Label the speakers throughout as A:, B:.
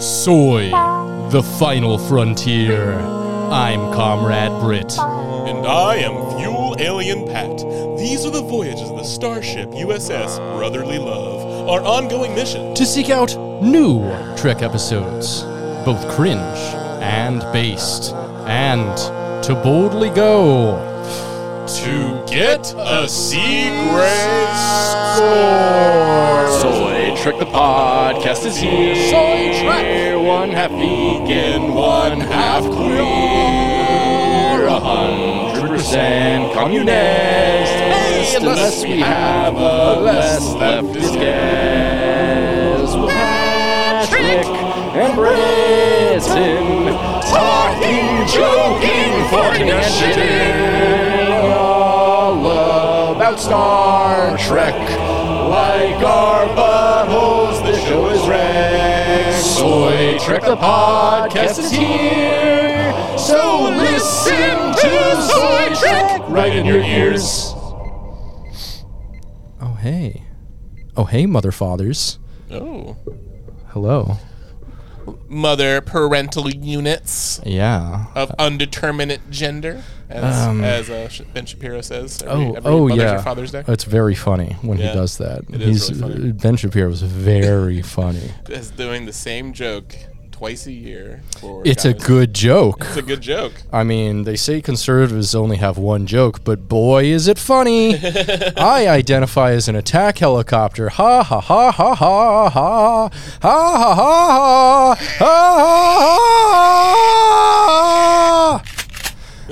A: Soy, the final frontier. I'm Comrade Britt.
B: And I am Fuel Alien Pat. These are the voyages of the starship USS Brotherly Love, our ongoing mission.
A: To seek out new Trek episodes, both cringe and based, and to boldly go.
B: To get a C grade score.
A: Soy Trek the podcast is here. Soy Trek. One half vegan, one half queer, a hundred percent communist. Hey, unless we have a less leftist guest, we'll have Patrick and Britton talking, joking, forking and shitting all about Star Trek. Like our buttholes, the show is wrecked. Soy Trek the podcast is here. So listen to Soy Trek right in your ears. Oh, hey. Oh, hey, mother fathers.
B: Oh.
A: Hello.
B: Mother parental units
A: Yeah.
B: of undeterminate gender, as,
A: Um.
B: as uh, Sh- Ben Shapiro says. Every,
A: Oh,
B: every
A: oh
B: Mother's Day,
A: yeah.
B: Father's Day.
A: It's very funny when
B: Yeah.
A: he does that.
B: It
A: He's
B: is really funny.
A: Ben Shapiro was very funny.
B: is doing the same joke twice a year. For
A: it's a
B: guys.
A: good joke.
B: It's a good joke.
A: I mean, they say conservatives only have one joke, but boy, is it funny! I identify as an attack helicopter. Ha ha ha ha ha ha ha ha ha ha ha ha ha. ha.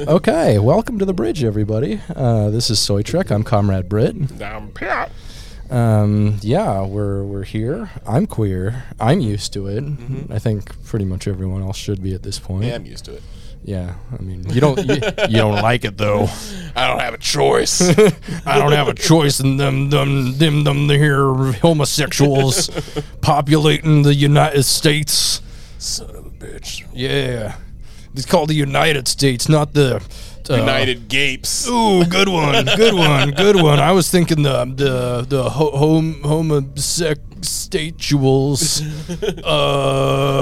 A: Okay, welcome to the bridge, everybody. Uh, this is Soy Trek. I'm Comrade Britt.
B: Damn Pat.
A: Um, yeah, we're we're here. I'm queer. I'm used to it. I think pretty much everyone else should be at this point.
B: Yeah, I'm used to it.
A: Yeah, I mean, you don't you, you don't like it though.
B: I don't have a choice.
A: I don't have a choice in them them them them here homosexuals populating the United States.
B: Son of a bitch.
A: Yeah, it's called the United States, not the uh,
B: United Gapes.
A: Ooh, good one, good one, good one. I was thinking the the the ho- home homosexuals. Uh,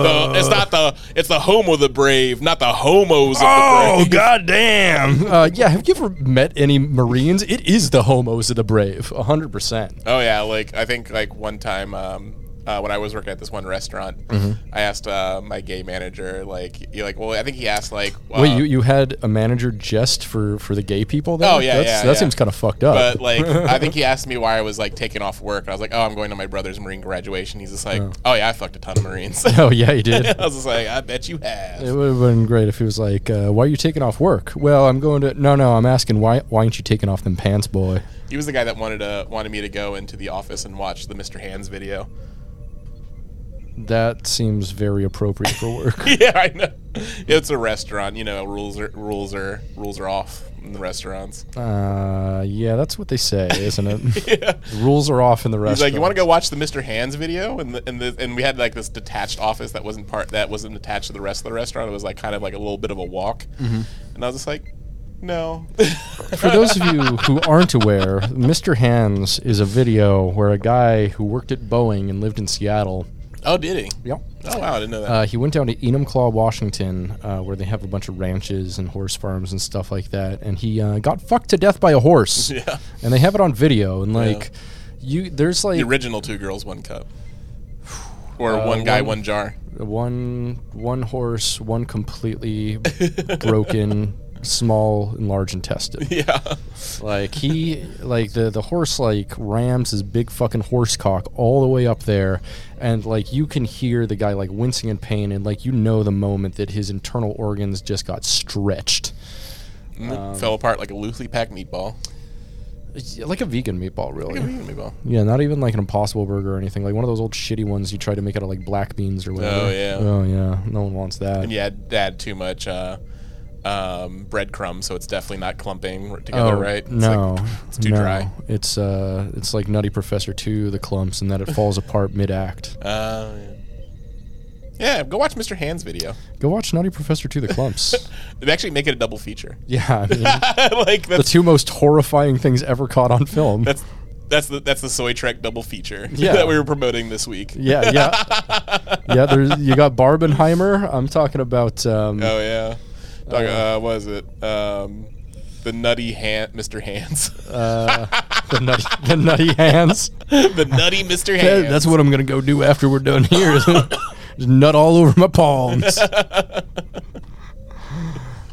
B: The- it's not the it's the homo the brave, not the homos of the
A: Oh
B: brave.
A: goddamn! Uh, yeah, have you ever met any Marines? It is the homos of the brave, hundred percent.
B: Oh yeah, like I think like one time um, uh, when I was working at this one restaurant,
A: Mm-hmm.
B: I asked uh, my gay manager like he like well I think he asked like uh,
A: Wait, you, you had a manager just for for the gay people? Then?
B: Oh, yeah,
A: That's,
B: yeah,
A: that
B: yeah.
A: seems kind of fucked up.
B: but like I think he asked me why I was like taking off work. I was like, oh, I'm going to my brother's Marine graduation. He's just like, oh, yeah, I fucked a ton of Marines. I
A: oh yeah, he did. it
B: was just like, I bet you have.
A: would have been great if he was like, uh, "Why are you taking off work?" Well, I'm going to. No, no, I'm asking why. Why aren't you taking off them pants, boy?
B: He was the guy that wanted to wanted me to go into the office and watch the Mr. Hands video.
A: That seems very appropriate for work.
B: yeah, I know. It's a restaurant, you know. Rules are rules are rules are off in the restaurants.
A: uh, yeah, that's what they say, isn't it?
B: Yeah.
A: The Rules are off in the restaurant.
B: He's like, you want to go watch the Mr. Hands video, and the, and the, and we had like this detached office that wasn't part that wasn't attached to the rest of the restaurant. It was like kind of like a little bit of a walk,
A: Mm-hmm.
B: and I was just like, no.
A: For those of you who aren't aware, Mr. Hands is a video where a guy who worked at Boeing and lived in Seattle.
B: oh, did he?
A: Yep.
B: Oh wow, I didn't know that.
A: Uh, he went down to Enumclaw, Washington, uh, where they have a bunch of ranches and horse farms and stuff like that. And he uh, got fucked to death by a horse.
B: yeah,
A: And they have it on video. And like, you there's like
B: the original two girls, one cup, or
A: Uh,
B: one guy,
A: one-
B: one, jar.
A: one one horse, one completely broken, small and large intestine.
B: Yeah,
A: Like he, like the the horse, like rams his big fucking horse cock all the way up there, and like you can hear the guy like wincing in pain, and like you know the moment that his internal organs just got stretched, Um,
B: fell apart like a loosely packed meatball.
A: It's like a vegan meatball,
B: Look at
A: really.
B: me, meatball.
A: Yeah, not even like an Impossible Burger or anything. Like one of those old shitty ones you try to make out of like black beans or whatever.
B: Oh, yeah.
A: Oh yeah. No one wants that.
B: And you add, add too much uh, um, breadcrumb, so it's definitely not clumping r-
A: Oh
B: together, right? It's
A: no,
B: Like, it's too
A: no.
B: dry.
A: It's uh, it's like Nutty Professor Two, the clumps, and that it falls apart mid act.
B: Uh, Yeah, go watch Mr. Hand's video.
A: Go watch Nutty Professor 2 The Clumps.
B: They actually make it a double feature.
A: yeah, I mean,
B: like
A: the
B: that's
A: two most horrifying things ever caught on film.
B: that's that's the that's the soy trek double feature
A: Yeah.
B: that we were promoting this week.
A: yeah, yeah. Yeah, there's, you got Barbenheimer. I'm talking about um,
B: Oh yeah. Dog,
A: Oh.
B: uh, what is it? Um, the nutty hand, Mr. Hands.
A: Uh, the, nutty, the Nutty Hands.
B: the nutty Mr. Hands.
A: That's what I'm going to go do after we're done here. is Just nut all over my palms.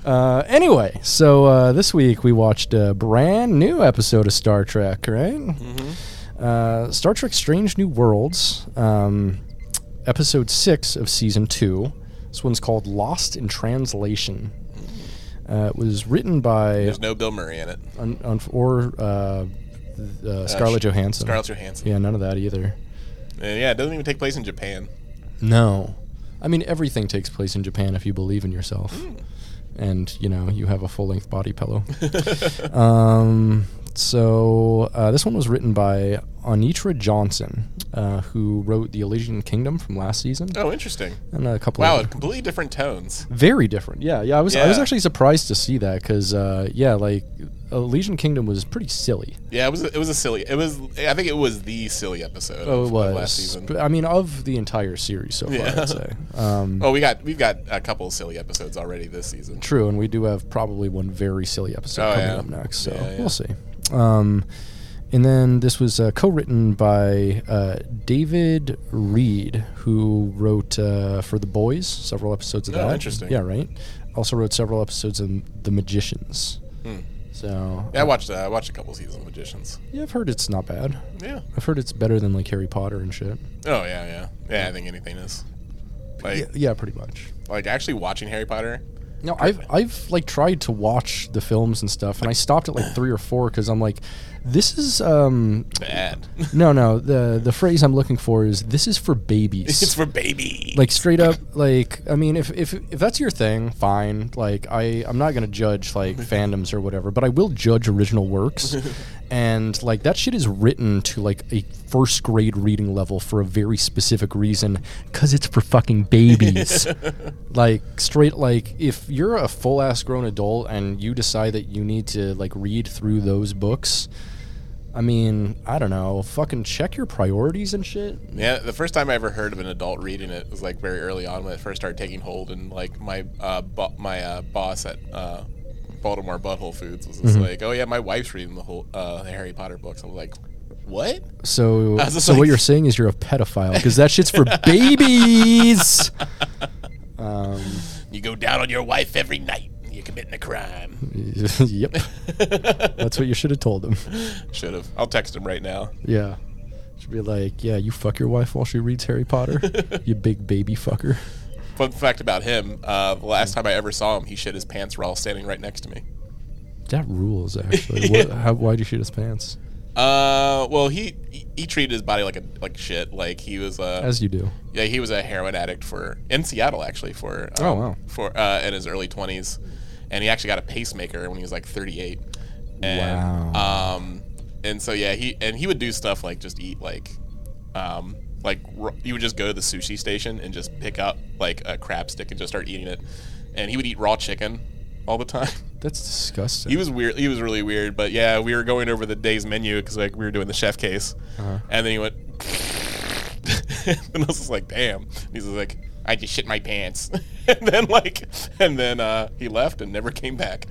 A: Uh, anyway, so uh, this week we watched a brand new episode of Star Trek, right? Uh, Star Trek Strange New Worlds, um, episode six of season two. This one's called Lost in Translation. Uh, it was written by
B: There's no Bill Murray in it.
A: un, un, or uh, th- uh, Scarlett Johansson.
B: Scarlett Johansson.
A: Yeah, none of that either.
B: Uh, yeah, it doesn't even take place in Japan.
A: No. I mean, everything takes place in Japan if you believe in yourself. And, you know, you have a full length body pillow. um, so, uh, this one was written by Anitra Johnson, uh, who wrote The Elysian Kingdom from last season
B: Oh, interesting.
A: and a couple
B: Wow,
A: of.
B: completely different tones.
A: Very different. Yeah, yeah. I was I was
B: Yeah.
A: actually surprised to see that because, uh, yeah, like, Elysian Kingdom was pretty silly.
B: Yeah, it was it was a silly. It was I think it was the silly episode.
A: Oh, it
B: of- of
A: was.
B: last season.
A: But, I mean, of the entire series so far,
B: Yeah.
A: I'd say. Um,
B: Oh, we got we've got a couple of silly episodes already this season.
A: True, and we do have probably one very silly episode
B: Oh,
A: coming
B: yeah.
A: up next, so
B: Yeah, yeah.
A: we'll see. Um, and then this was uh, co-written by uh, David Reed, who wrote uh, for The Boys several episodes of
B: Oh,
A: that.
B: interesting.
A: Yeah, right. Also wrote several episodes of The Magicians.
B: Hmm.
A: So
B: Yeah, I watched uh, I watched a couple of seasons of Magicians.
A: yeah, I've heard it's not bad.
B: Yeah.
A: I've heard it's better than like Harry Potter and shit.
B: Oh yeah, yeah, yeah. I think anything is. Like,
A: Yeah, yeah pretty much.
B: like actually watching Harry Potter.
A: No, I've I've like tried to watch the films and stuff, and I stopped at like three or four because I'm like, this is um
B: Bad.
A: No, no. The the phrase I'm looking for is this is for babies.
B: it's for baby.
A: like straight up like I mean if, if if that's your thing, fine. Like I I'm not going to judge like fandoms or whatever, but I will judge original works. and like that shit is written to like a first grade reading level for a very specific reason cuz it's for fucking babies. like straight like if you're a full ass grown adult and you decide that you need to like read through those books, I mean, I don't know. Fucking check your priorities and shit.
B: yeah, the first time I ever heard of an adult reading it was like very early on when it first started taking hold, and like my uh, bo- my uh, boss at uh, Baltimore Butthole Foods was just like, "Oh yeah, my wife's reading the whole uh, the Harry Potter books." I'm like, "What?"
A: So,
B: I was just
A: so what
B: like-
A: you're saying is you're a pedophile because that shit's for babies. Um,
B: You go down on your wife every night. and You're committing a crime.
A: yep, that's what you should have told him.
B: Should have. I'll text him right now.
A: Yeah, should be like, yeah, you fuck your wife while she reads Harry Potter, you big baby fucker.
B: Fun fact about him: uh, the last time I ever saw him, he shit his pants while standing right next to me.
A: That rules. Actually, what, how, why'd you shoot his pants?
B: Uh, well, he he- he treated his body like a like shit. Like he was uh, a
A: As you do.
B: yeah, he was a heroin addict for in Seattle actually for um,
A: Oh, wow.
B: for uh, in his early twenties, and he actually got a pacemaker when he was like thirty eight. And, Um, and so yeah, he and he would do stuff like just eat like, um, like r- he would just go to the sushi station and just pick up like a crab stick and just start eating it, and he would eat raw chicken all the time.
A: That's disgusting.
B: He was weird. He was really weird. But yeah, we were going over the day's menu because like we were doing the chef case,
A: Uh-huh.
B: and then he went, and I was just like, "Damn!" And he's just like, "I just shit my pants," and then like, and then uh, he left and never came back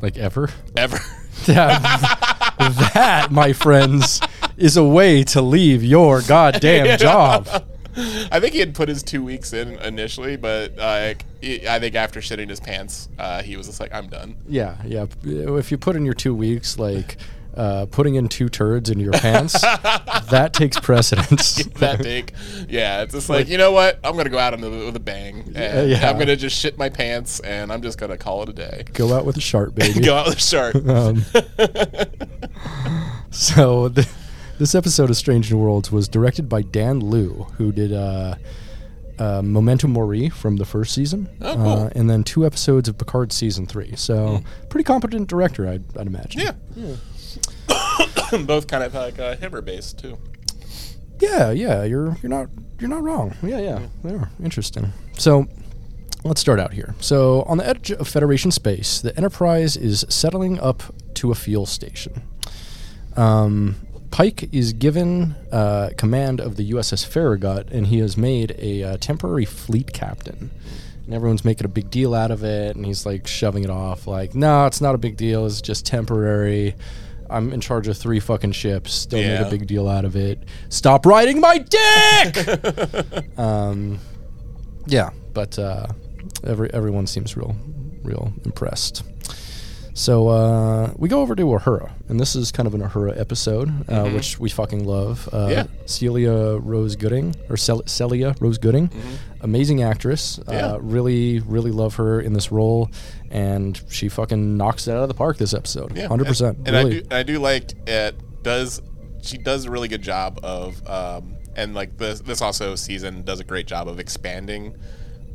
A: like ever.
B: ever.
A: that, that, my friends, is a way to leave your goddamn job.
B: I think he had put his two weeks in initially, but uh, like, he- I think after shitting his pants, uh, he was just like, "I'm done."
A: Yeah, yeah. If you put in your two weeks, like uh, putting in two turds in your pants, that takes precedence.
B: That big, yeah. It's just like, you know what? I'm gonna go out on the, with a bang. And
A: yeah.
B: I'm gonna just shit my pants, and I'm just gonna call it a day.
A: Go out with a sharp, baby.
B: Go out with a shark.
A: Um, so, th- this episode of Strange New Worlds was directed by Dan Liu, who did uh, uh, Memento Mori from the first season,
B: Oh, cool. Hmm.
A: uh, and then two episodes of Picard season three. So, pretty competent director, I'd, I'd imagine.
B: yeah. Both kind of like uh, hammer based too.
A: Yeah, yeah, you're you're not you're not wrong. Yeah, yeah, yeah. Interesting. So let's start out here. So on the edge of Federation space, the Enterprise is settling up to a fuel station. Um, Pike is given uh, command of the USS Farragut, and he has made a uh, temporary fleet captain. And everyone's making a big deal out of it, and he's like shoving it off, like, "No, it's not a big deal. It's just temporary. I'm in charge of three fucking ships. Don't make
B: Yeah.
A: a big deal out of it. Stop riding my dick." um, yeah, but uh, every everyone seems real, real impressed. So uh, we go over to Uhura, and this is kind of an Uhura episode, uh, which we fucking love. Uh,
B: Mm-hmm. Yeah.
A: Celia Rose Gooding, or Cel- Celia Rose Gooding, amazing actress.
B: Mm-hmm. Yeah.
A: Uh, really, really love her in this role, and she fucking knocks it out of the park this episode.
B: Yeah,
A: hundred percent.
B: And, and
A: really.
B: I do, I do like it. Does she does a really good job of, um, and like this, this also season does a great job of expanding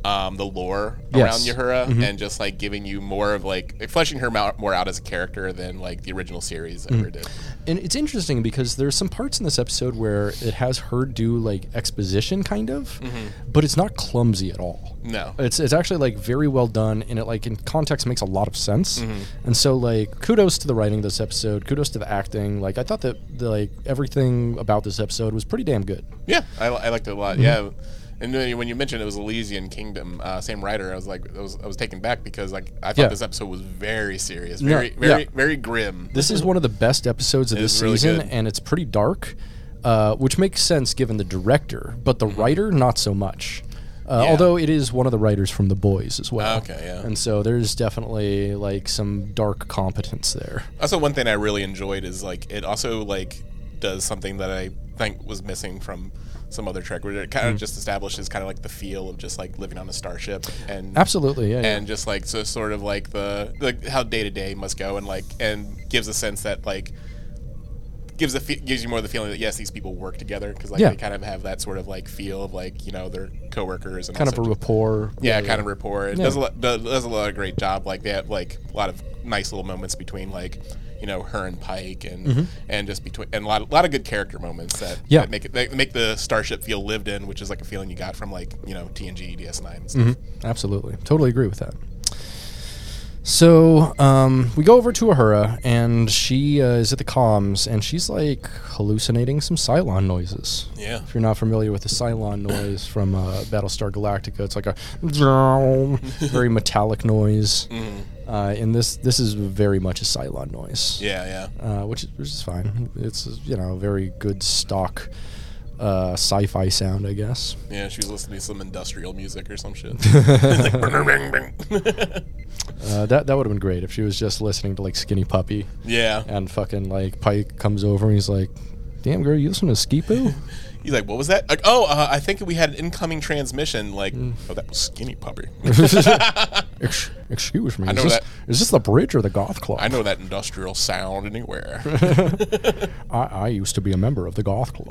B: um, the lore
A: Yes. Mm-hmm.
B: around Uhura and just like giving you more of like, like fleshing her mou- more out as a character than like the original series
A: Mm-hmm.
B: ever did.
A: And it's interesting because there's some parts in this episode where it has her do like exposition kind of,
B: Mm-hmm.
A: but it's not clumsy at all.
B: No.
A: It's it's actually like very well done and it like in context makes a lot of sense.
B: Mm-hmm.
A: And so like kudos to the writing of this episode, kudos to the acting. Like I thought that the, like everything about this episode was pretty damn good.
B: Yeah, I, I liked it a lot. Yeah,
A: Mm-hmm.
B: and then when you mentioned it was Elysian Kingdom, uh, same writer, I was like, I was, I was taken back because like I thought
A: Yeah.
B: this episode was very serious,
A: No,
B: very, very,
A: yeah.
B: very grim.
A: This is one of the best episodes of
B: Mm-hmm. It
A: this
B: is really
A: season
B: good.
A: and it's pretty dark. Uh, which makes sense given the director, but the writer not so much. Uh,
B: Mm-hmm. Yeah.
A: Although it is one of the writers from The Boys as well.
B: Okay, yeah.
A: And so there's definitely like some dark competence there.
B: Also, one thing I really enjoyed is like it also like does something that I think was missing from some other Trek, where it kind
A: Mm-hmm.
B: of just establishes kind of like the feel of just like living on a starship and
A: Absolutely, yeah. yeah.
B: and just like so sort of like the like how day to day must go and like and gives a sense that like gives a fe- gives you more the feeling that yes these people work together because like
A: Yeah.
B: they kind of have that sort of like feel of like you know they're coworkers and
A: kind of
B: also
A: a rapport.
B: yeah, kind of rapport. It
A: Yeah.
B: does a lot, does, does a lot of great job. Like they have like a lot of nice little moments between like you know her and Pike and and just between and a lot, lot of good character moments that,
A: Mm-hmm. Yeah.
B: that make it that make the starship feel lived in, which is like a feeling you got from like you know TNG, DS9. And stuff.
A: Mm-hmm. Absolutely. Totally agree with that. So um, we go over to Ahura, and she uh, is at the comms, and she's like hallucinating some Cylon noises.
B: Yeah.
A: If you're not familiar with the Cylon noise from uh, Battlestar Galactica, it's like a very metallic noise.
B: Mm-hmm.
A: Uh, and this this is very much a Cylon noise
B: Yeah, yeah.
A: uh, which, is, which is fine. It's you know a very good stock uh, sci-fi sound, I guess.
B: Yeah, she was listening to some industrial music or some shit. It's like, "Bing, bing, bing."
A: Uh, that that would have been great if she was just listening to like Skinny Puppy
B: yeah.
A: and fucking like Pike comes over and he's like, "Damn girl, you listen to Ski Poo?"
B: He's like, what was that? Like, oh, uh, I think we had an incoming transmission. Like,
A: Mm.
B: oh, that was Skinny Puppy.
A: Ex- excuse me. I
B: know
A: is, this,
B: that-
A: is this the bridge or the goth club?
B: I know that industrial sound anywhere.
A: I, I used to be a member of the goth club.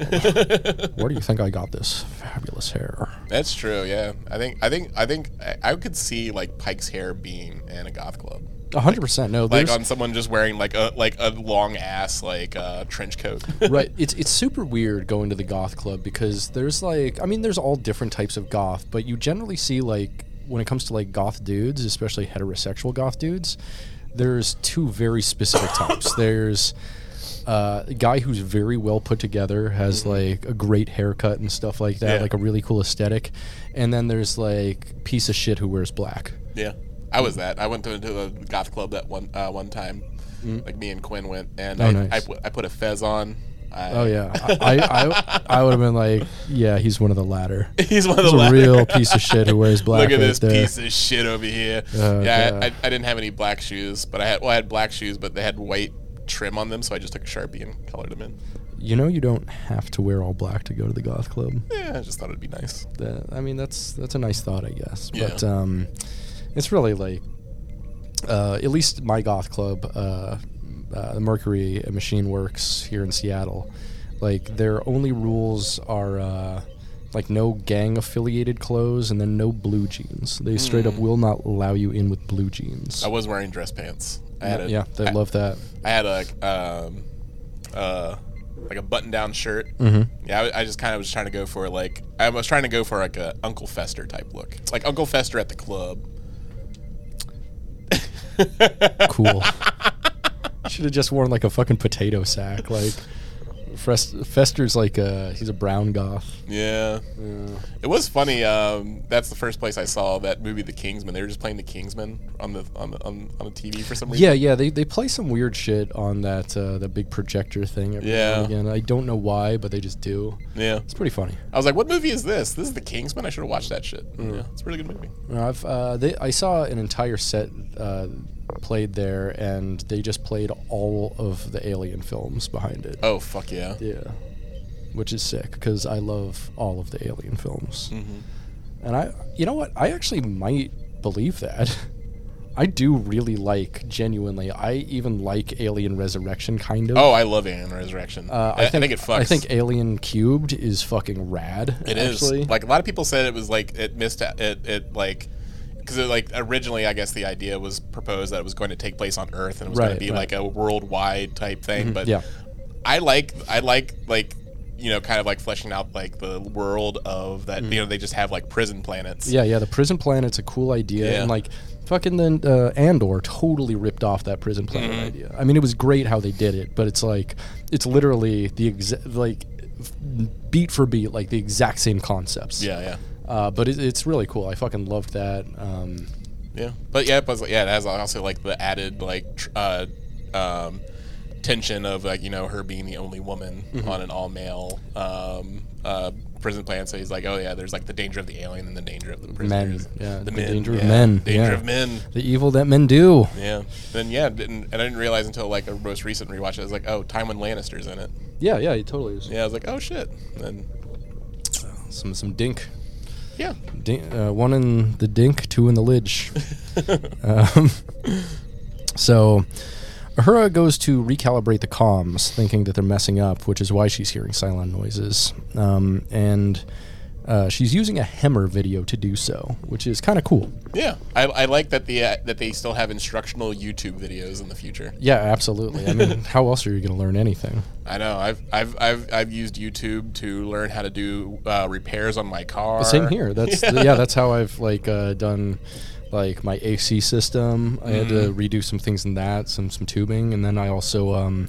A: Where do you think I got this fabulous hair?
B: That's true. Yeah, I think I think I think I, I could see like Pike's hair being in a goth club,
A: A hundred percent. No,
B: like
A: there's,
B: on someone just wearing like a like a long ass like uh, trench coat.
A: right. It's it's super weird going to the goth club because there's like I mean there's all different types of goth, but you generally see like when it comes to like goth dudes, especially heterosexual goth dudes, there's two very specific types. There's uh, a guy who's very well put together, has like a great haircut and stuff like that,
B: Mm-hmm. Yeah.
A: like a really cool aesthetic, and then there's like piece of shit who wears black.
B: yeah, I was that. I went to, to the goth club that one uh, one time. Like me and Quinn went, and
A: Mm. Oh,
B: I,
A: nice.
B: I, put, I put a fez on. I,
A: Oh yeah, I I, I, I would have been like, yeah, he's one of the latter.
B: he's one of the
A: He's a
B: la-
A: real piece of shit who wears black.
B: Look at
A: right
B: this
A: there.
B: piece of shit over here.
A: Oh,
B: yeah,
A: God.
B: I, I, I didn't have any black shoes, but I had well, I had black shoes, but they had white trim on them, so I just took a sharpie and colored them in.
A: You know, you don't have to wear all black to go to the goth club.
B: Yeah, I just thought it'd be nice.
A: That, I mean, that's that's a nice thought, I guess.
B: Yeah.
A: But um, it's really like, uh, at least my goth club, uh, uh, the Mercury Machine Works here in Seattle. Like their only rules are uh, like no gang affiliated clothes and then no blue jeans. They straight up will not allow you in with blue jeans.
B: Hmm. I was wearing dress pants. I had a,
A: yeah, they
B: I-
A: love that.
B: I had a um, uh, like a button down shirt.
A: Mm-hmm.
B: Yeah, I, I just kind of was trying to go for like I was trying to go for like a Uncle Fester type look, like Uncle Fester at the club.
A: Cool. Should have just worn like a fucking potato sack. Like Fres- Fester's like a he's a brown goth.
B: Yeah, it was funny. Um, that's the first place I saw that movie, The Kingsman. They were just playing The Kingsman on the on the, on, on the TV for some reason.
A: Yeah, yeah. They, they play some weird shit on that uh, that big projector thing. Every now and
B: Yeah.
A: Again, I don't know why, but they just do.
B: yeah.
A: It's pretty funny.
B: I was like, "What movie is this? This is The Kingsman. I should have watched that shit." Yeah, it's a really good movie.
A: You know, I've, uh, they, I saw an entire set uh, played there, and they just played all of the Alien films behind it.
B: Oh fuck yeah!
A: Yeah, which is sick because I love all of the Alien films,
B: hmm
A: and I, you know what, I actually might believe that. I do really like genuinely. I even like Alien Resurrection kind of.
B: Oh, I love Alien Resurrection.
A: Uh,
B: I, I think, it fucks.
A: I think Alien Cubed is fucking rad.
B: It is
A: actually.
B: like a lot of people said it was like it missed it it like because like originally I guess the idea was proposed that it was going to take place on Earth and it was going
A: Right,
B: to be
A: right.
B: like a worldwide type thing. But
A: yeah.
B: I like I like like you know kind of like fleshing out like the world of that you know they just have like prison planets.
A: Mm. Yeah, yeah. The prison planet's a cool idea,
B: Yeah.
A: and like fucking then uh, Andor totally ripped off that prison planet
B: Mm-hmm.
A: idea. I mean, it was great how they did it, but it's like it's literally the exact like f- beat for beat, like the exact same concepts.
B: yeah, yeah.
A: Uh, but it, it's really cool. I fucking loved that. Um,
B: Yeah, but yeah, but yeah, it has also like the added like tr- uh, um, tension of like you know her being the only woman
A: Mm-hmm.
B: on an all male um, uh, prison planet. So he's like, oh yeah, there's like the danger of the alien and the danger of the prisoners,
A: yeah,
B: the,
A: the
B: men,
A: danger of
B: yeah,
A: men,
B: danger
A: yeah.
B: of men.
A: the evil that men do.
B: Yeah. Then yeah, didn't, and I didn't realize until like a most recent rewatch, I was like, oh, Tywin Lannister's in it.
A: Yeah, yeah. It totally is.
B: Yeah, I was like, oh shit. And
A: Some some dink.
B: yeah,
A: Dink, uh, one in the dink, two in the lidge. um, so, Ahura goes to recalibrate the comms, thinking that they're messing up, which is why she's hearing Cylon noises. Um, and uh, she's using a Hemmer video to do so, which is kind of cool.
B: yeah. I, I like that the uh, that they still have instructional YouTube videos in the future.
A: Yeah, absolutely. I mean, how else are you going to learn anything?
B: I know. I've I've I've, I've used YouTube to learn how to do uh, repairs on my car.
A: Same here. That's yeah. that's how I've like uh, done like my AC system. I had to redo some things in that, some some tubing, and then I also um,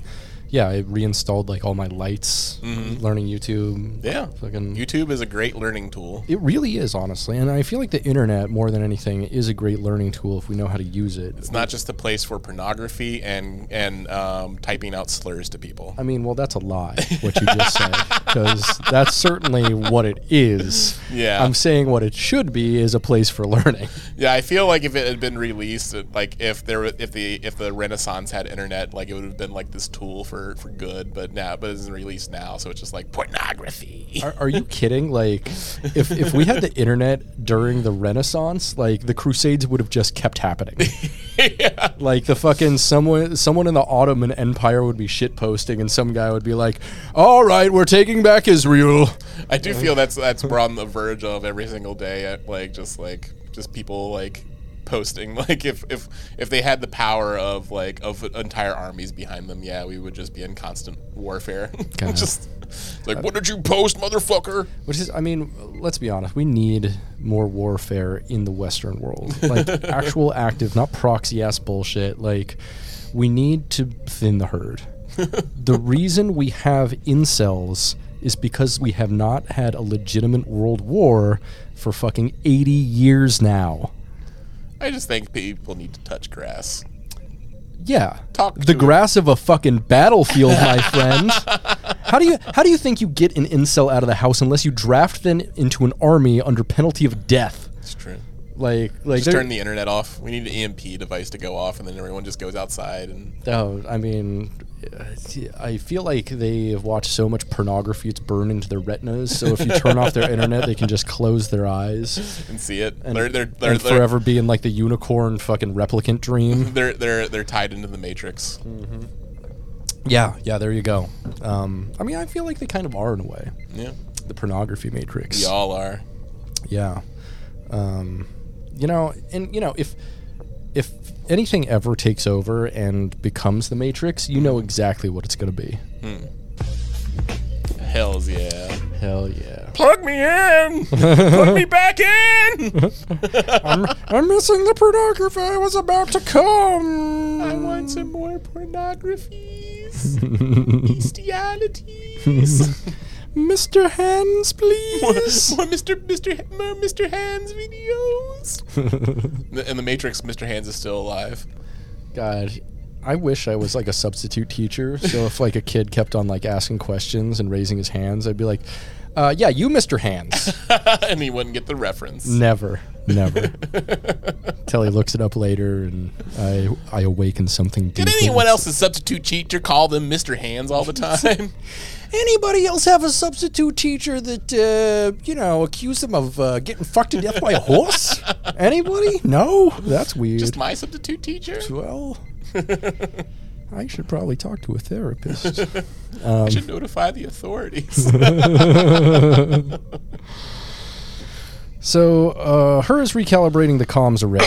A: yeah, I reinstalled like all my lights, learning YouTube.
B: Yeah.
A: fucking.
B: YouTube is a great learning tool.
A: it really is honestly, and I feel like the internet more than anything is a great learning tool if we know how to use it.
B: It's not just a place for pornography and and um, typing out slurs to people.
A: I mean, well, that's a lie what you just said because that's certainly what it is.
B: Yeah.
A: I'm saying what it should be is a place for learning.
B: Yeah, I feel like if it had been released, it- like if there were- if the if the Renaissance had internet, like it would have been like this tool for for good. But now, but it isn't released now, so it's just like pornography.
A: Are, are you kidding? Like, if, if we had the internet during the Renaissance, like the Crusades would have just kept happening.
B: yeah.
A: Like the fucking someone someone in the Ottoman Empire would be shit posting, and some guy would be like, "All right, we're taking back Israel."
B: I do feel that's that's we're on the verge of every single day at like just like just people like posting like if if if they had the power of like of entire armies behind them, yeah, we would just be in constant warfare.
A: God.
B: just it's like what did you post, motherfucker?
A: Which is, I mean, let's be honest, we need more warfare in the Western world, like actual active, not proxy ass bullshit. Like, we need to thin the herd. the reason we have incels is because we have not had a legitimate world war for fucking 80 years now.
B: I just think people need to touch grass.
A: Yeah.
B: Talk to
A: the
B: it.
A: grass of a fucking battlefield, my friend. How do you how do you think you get an incel out of the house unless you draft them into an army under penalty of death?
B: It's true.
A: Like like
B: Just
A: they're-
B: turn the internet off. We need an EMP device to go off, and then everyone just goes outside and
A: Oh, I mean, I feel like they have watched so much pornography; it's burned into their retinas. So if you turn off their internet, they can just close their eyes
B: and see it.
A: and,
B: they're they're they're,
A: and
B: they're,
A: forever be in like the unicorn fucking replicant dream.
B: they're they're they're tied into the matrix.
A: Mm. yeah, yeah. There you go. Um, I mean, I feel like they kind of are in a way,
B: Yeah,
A: the pornography matrix.
B: we all are.
A: Yeah. Um, you know, and you know, if if anything ever takes over and becomes the Matrix, you know exactly what it's going to be. Hell yeah.
B: Plug me in. Plug me back in.
A: I'm, I'm missing the pornography I was about to come.
B: I want some more pornographies. Bestialities.
A: Mr. Hands,
B: more,
A: please.
B: more Mr. Mr. More Mr. Hands videos. The- In the Matrix, Mr. Hands is still alive.
A: God, I wish I was like a substitute teacher. So if like a kid kept on like asking questions and raising his hands, I'd be like, uh, "Yeah, you, Mr. Hands."
B: and he wouldn't get the reference.
A: never, never. Till he looks it up later, and I I awaken something.
B: Did
A: Deep
B: anyone else's substitute teacher call them Mr. Hands all the time?
A: Anybody else have a substitute teacher that uh, you know accused them of uh, getting fucked to death by a horse? Anybody? No, that's weird.
B: Just my substitute teacher?
A: well, I should probably talk to a therapist.
B: I should notify the authorities.
A: So, uh, her is recalibrating the comms array,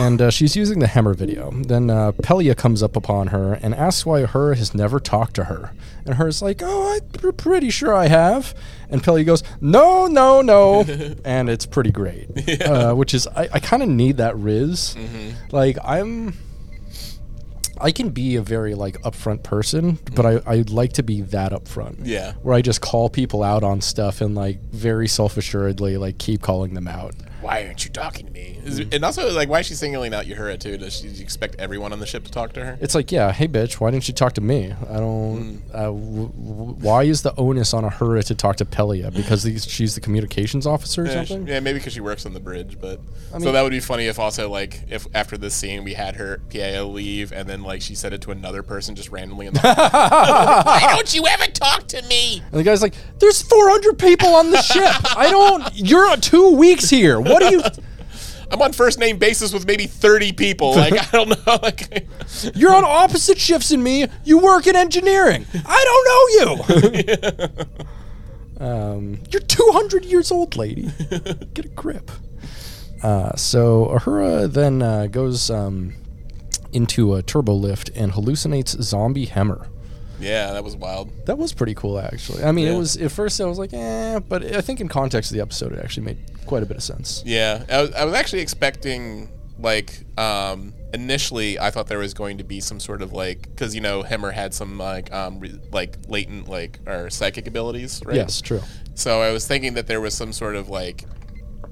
A: and uh, she's using the hammer video. Then uh, Pelia comes up upon her and asks why her has never talked to her. And her's like, "Oh, I'm pr- pretty sure I have." And Pelia goes, "No, no, no," and it's pretty great. Uh, which is, I, I kind of need that Riz. Like, I'm. I can be a very like upfront person, but I I like to be that upfront.
B: Yeah.
A: where I just call people out on stuff and like very self assuredly like keep calling them out.
B: why aren't you talking to me? Is- And also, like, why is she singling out Uhura too? Does she expect everyone on the ship to talk to her?
A: It's like, yeah, hey bitch, why didn't you talk to me? I don't.
B: Hmm.
A: Uh, w- w- why is the onus on Ahura to talk to Pelia because these, she's the communications officer or
B: Yeah, she-
A: something?
B: Eh, yeah, maybe because she works on the bridge, but so
A: mean-
B: that would be funny if also like if after this scene we had her PA leave and then like she said it to another person just randomly. In the- why don't you ever talk to me?
A: And the guy's like, "There's 400 people on the ship. I don't. You're uh, two weeks here. What do you?
B: I'm on first name basis with maybe 30 people. Like I don't know. Like
A: You're on opposite shifts than me. You work in engineering. I don't know you. um, you're 200 years old, lady. Get a grip. Uh, so Ahura then uh, goes um, into a turbo lift and hallucinates zombie Hammer.
B: yeah, that was wild.
A: That was pretty cool, actually. I mean,
B: Yeah.
A: it was at first I was like, eh, but I think in context of the episode, it actually made quite a bit of sense.
B: Yeah, I was, I was actually expecting like um, initially I thought there was going to be some sort of like because you know Hemmer had some like um, re- like latent like or psychic abilities, right?
A: Yes, true.
B: So I was thinking that there was some sort of like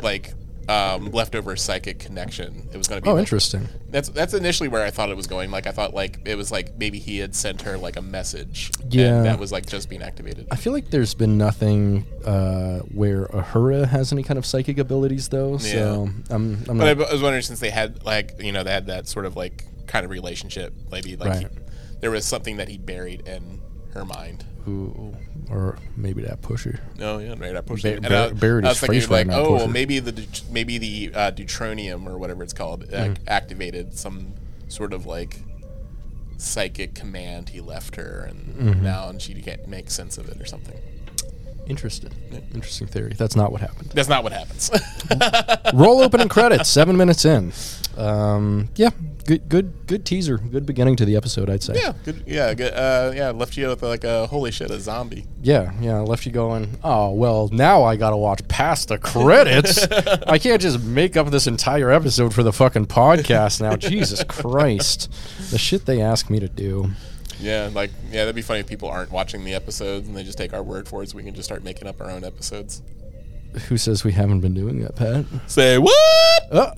B: like um, leftover psychic connection. It was going to be
A: Oh,
B: like-
A: interesting.
B: That's that's initially where I thought it was going. Like I thought like it was like maybe he had sent her like a message.
A: Yeah.
B: and that was like just being activated.
A: I feel like there's been nothing uh, where Ahura has any kind of psychic abilities, though. So I'm, I'm
B: But I
A: not.
B: b- I was wondering since they had like you know they had that sort of like kind of relationship, maybe like he,
A: Right.
B: there was something that he buried in her mind.
A: Ooh, or maybe that pusher.
B: Oh yeah, right. I pushed
A: Ba-
B: it.
A: bur-
B: I,
A: buried
B: I
A: his
B: was thinking
A: face right
B: like,
A: now,
B: oh, well,
A: pusher.
B: maybe the det- maybe the uh, deuteronium or whatever it's called uh, activated some sort of like psychic command he left her, and now and she can't make sense of it or something.
A: Interesting. Interesting theory. That's not what happened.
B: That's not what happens.
A: Roll opening credits. Seven minutes in. Um, yeah. Good. Good. Good teaser. Good beginning to the episode. I'd say.
B: yeah, good. Yeah, good. Uh, yeah, left you with like a holy shit, a zombie.
A: Yeah, yeah, left you going, oh, well, now I gotta watch past the credits. I can't just make up this entire episode for the fucking podcast now. Jesus Christ. The shit they ask me to do.
B: Yeah, like yeah, that'd be funny if people aren't watching the episodes and they just take our word for it. So we can just start making up our own episodes.
A: Who says we haven't been doing that, Pat?
B: Say what?
A: Uh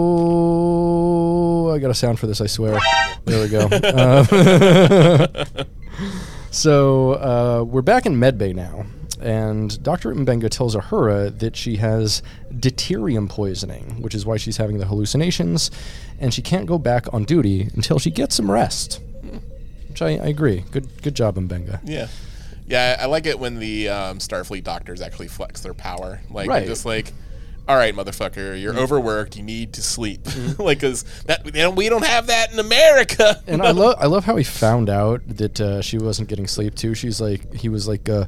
A: oh. I got a sound for this, I swear. There we go. Uh, so uh, we're back in medbay now, and Dr. Mbenga tells Ahura that she has deuterium poisoning, which is why she's having the hallucinations, and she can't go back on duty until she gets some rest. Which I, I agree. Good, good job, Mbenga.
B: Yeah, yeah. I I like it when the um, Starfleet doctors actually flex their power. Like
A: Right. Mm-hmm.
B: just like, all right, motherfucker, you're overworked. You need to sleep. like, cause that they don't- we don't have that in America.
A: And I love I love how he found out that uh, she wasn't getting sleep too. She's like he was like, uh,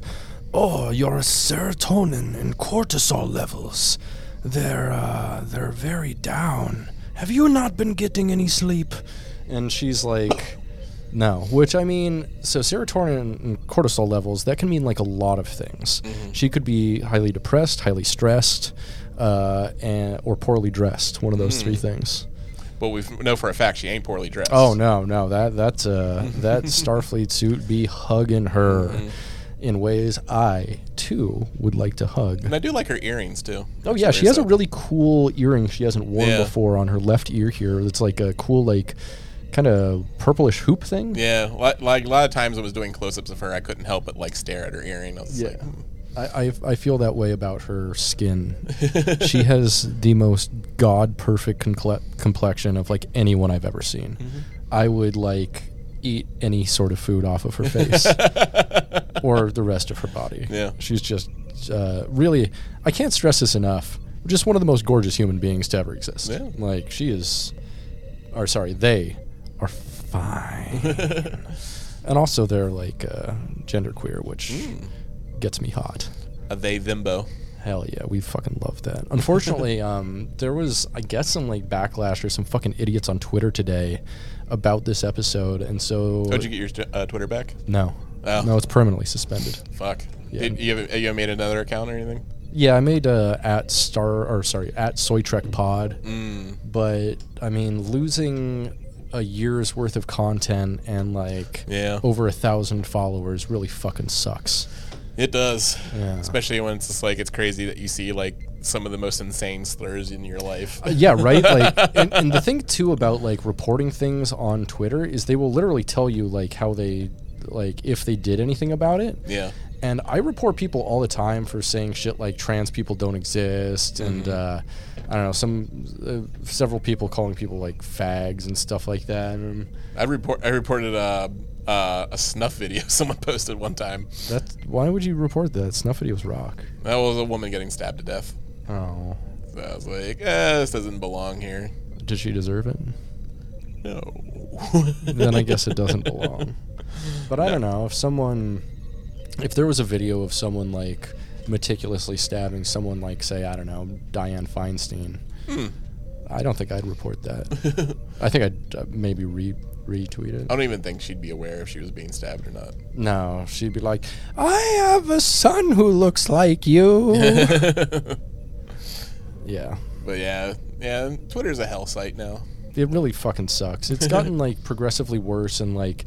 A: "Oh, your serotonin and cortisol levels, they're uh, they're very down. Have you not been getting any sleep?" And she's like, No, which I mean, so serotonin and cortisol levels that can mean like a lot of things. She could be highly depressed, highly stressed, uh, and or poorly dressed. One of those three things.
B: But we know for a fact she ain't poorly dressed.
A: Oh no, no that that's uh, that Starfleet suit be hugging her in ways I too would like to hug.
B: And I do like her earrings too.
A: Oh yeah, she has a
B: So-
A: really cool earring she hasn't worn
B: Yeah.
A: before on her left ear here. It's like a cool like kind of purplish hoop thing.
B: Yeah, li- like a lot of times I was doing close-ups of her, I couldn't help but like stare at her earring. I was yeah. like, "Hmm,
A: Yeah. I, I, I feel that way about her skin. she has the most god perfect comple- complexion of like anyone I've ever seen. I would like eat any sort of food off of her face or the rest of her body.
B: Yeah.
A: She's just uh, really, I can't stress this enough. Just one of the most gorgeous human beings to ever exist.
B: Yeah.
A: Like she is, or sorry, they are fine. and also they're like uh, genderqueer, which
B: Mm.
A: gets me hot.
B: "Are they thimbo?"
A: Hell yeah, we fucking love that. Unfortunately, um, there was I guess some like backlash or some fucking idiots on Twitter today about this episode, and so
B: Oh, did you get your t- uh, Twitter back?
A: no,
B: Oh.
A: no, it's permanently suspended.
B: Fuck.
A: Yeah.
B: Did, you have you have made another account or anything?
A: Yeah, I made uh, at star or sorry at Soy Trek Pod, but I mean losing a year's worth of content and like
B: Yeah.
A: over a thousand followers really fucking sucks.
B: It does.
A: Yeah.
B: Especially when it's just like it's crazy that you see like some of the most insane slurs in your life.
A: Uh, yeah right like and, and the thing too about like reporting things on twitter is they will literally tell you like how they like if they did anything about it
B: yeah.
A: and i report people all the time for saying shit like trans people don't exist and uh, i don't know some uh, several people calling people like fags and stuff like that and
B: I report I reported a uh, a snuff video someone posted one time.
A: that's why would you report that snuff videos rock
B: That was a woman getting stabbed to death.
A: oh
B: So I was like, eh, this doesn't belong here.
A: did she deserve it
B: No.
A: then I guess it doesn't belong. But I don't know if someone, if there was a video of someone like meticulously stabbing someone, like say I don't know Diane Feinstein, I don't think I'd report that. I think I'd uh, maybe re retweet it.
B: I don't even think she'd be aware if she was being stabbed or not.
A: No, she'd be like, I have a son who looks like you. yeah.
B: But yeah, yeah, Twitter's a hell site now.
A: it really fucking sucks. It's gotten like progressively worse and like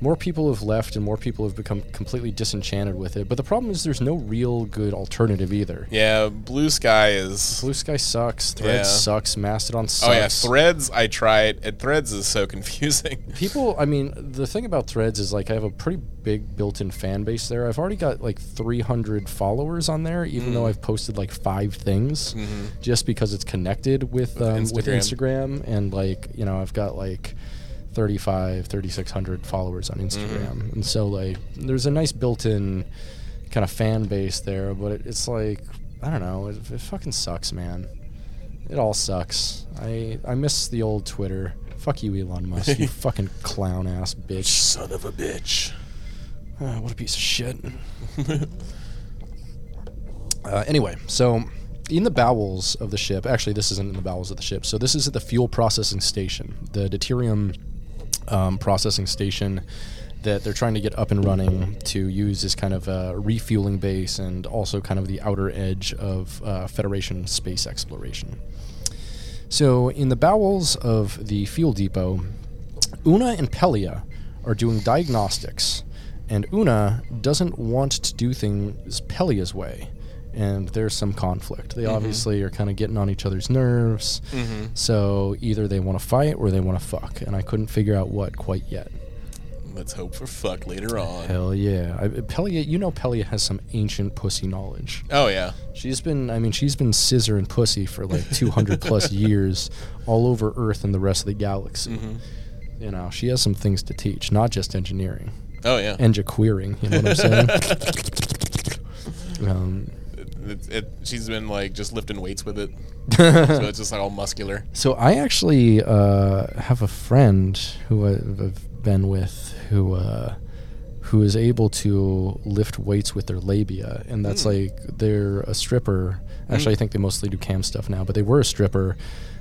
A: more people have left and more people have become completely disenchanted with it. But the problem is there's no real good alternative either.
B: Yeah, Blue Sky is.
A: Blue Sky sucks, Threads
B: Yeah.
A: sucks, Mastodon sucks.
B: Oh yeah, Threads. I tried. And Threads is so confusing.
A: People, I mean, the thing about Threads is like I have a pretty big built-in fan base there. I've already got like 300 followers on there, even
B: Mm.
A: though I've posted like five things, just because it's connected with um, with Instagram, and like you know, I've got like 35, 3600 followers on Instagram, and so like there's a nice built-in kind of fan base there, but it, it's like I don't know, it, it fucking sucks, man. It all sucks. I I miss the old Twitter. Fuck you, Elon Musk. You fucking clown ass bitch.
B: Son of a bitch.
A: Uh, what a piece of shit. uh, anyway, so in the bowels of the ship, actually, this isn't in the bowels of the ship. So this is at the fuel processing station, the deuterium um, processing station that they're trying to get up and running to use as kind of a refueling base and also kind of the outer edge of uh, Federation space exploration. So in the bowels of the fuel depot, Una and Pelia are doing diagnostics, and Una doesn't want to do things Pelia's way. And there's some conflict. They obviously are kind of getting on each other's nerves. So either they want to fight or they want to fuck. And I couldn't figure out what quite yet.
B: Let's hope for fuck later on.
A: Hell yeah. I, Pelia, you know, Pelia has some ancient pussy knowledge.
B: Oh yeah.
A: She's been, I mean, she's been scissor and pussy for like 200 plus years all over Earth and the rest of the galaxy. You know, she has some things to teach, not just engineering,
B: Oh yeah.
A: and your queering, you know what I'm saying? um,
B: It, it, she's been like just lifting weights with it, so it's just like all muscular.
A: so I actually uh, have a friend who I've I've been with who uh, who is able to lift weights with their labia, and that's like they're a stripper. Actually, I think they mostly do cam stuff now, but they were a stripper,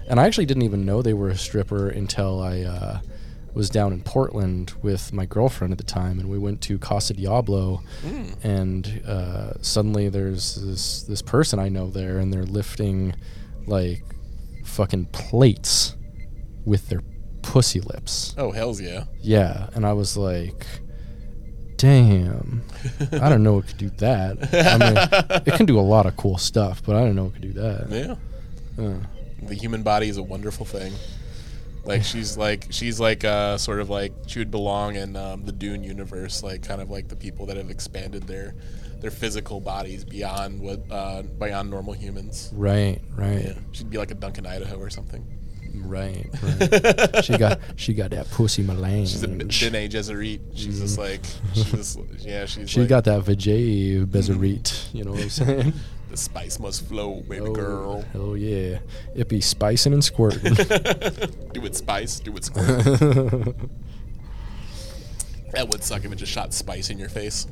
A: and I actually didn't even know they were a stripper until I uh, was down in Portland with my girlfriend at the time, and we went to Casa Diablo, and uh, suddenly there's this this person I know there, and they're lifting like fucking plates with their pussy lips.
B: Oh, hell's yeah.
A: Yeah, and I was like, damn, I don't know it could do that. I mean, it can do a lot of cool stuff, but I don't know it could do that.
B: Yeah.
A: Uh,
B: the human body is a wonderful thing. Like she's like she's like uh, sort of like she would belong in um, the Dune universe, like kind of like the people that have expanded their their physical bodies beyond what uh, beyond normal humans.
A: right, right,
B: Yeah, she'd be like a Duncan Idaho or something.
A: right, right. she got she got that pussy melange.
B: She's a B- Bene Gesserit. She's just like she's just, yeah. She's
A: Mm-hmm. She
B: like,
A: got that vajay bezerit. You know what I'm saying?
B: the spice must flow, baby
A: Oh,
B: girl.
A: Hell yeah. It be spicing and squirting. Uh,
B: do it spice, do it squirt. that would suck if it just shot spice in your face.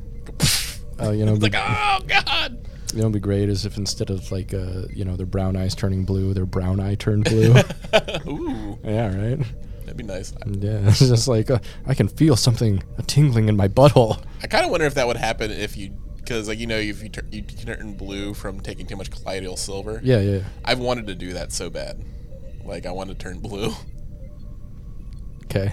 A: Oh, you know,
B: It's
A: it'd
B: like
A: be-
B: oh god.
A: you know, it'd be great is if instead of like, uh, you know, their brown eyes turning blue, their brown eye turned blue.
B: Ooh,
A: yeah, right.
B: that'd be nice.
A: Yeah, it's just like uh, I can feel something a tingling in my butthole.
B: I kind of wonder if that would happen if you, because like you know, if you tur- you turn blue from taking too much colloidal silver.
A: Yeah, yeah.
B: I've wanted to do that so bad. Like I want to turn blue,
A: Okay.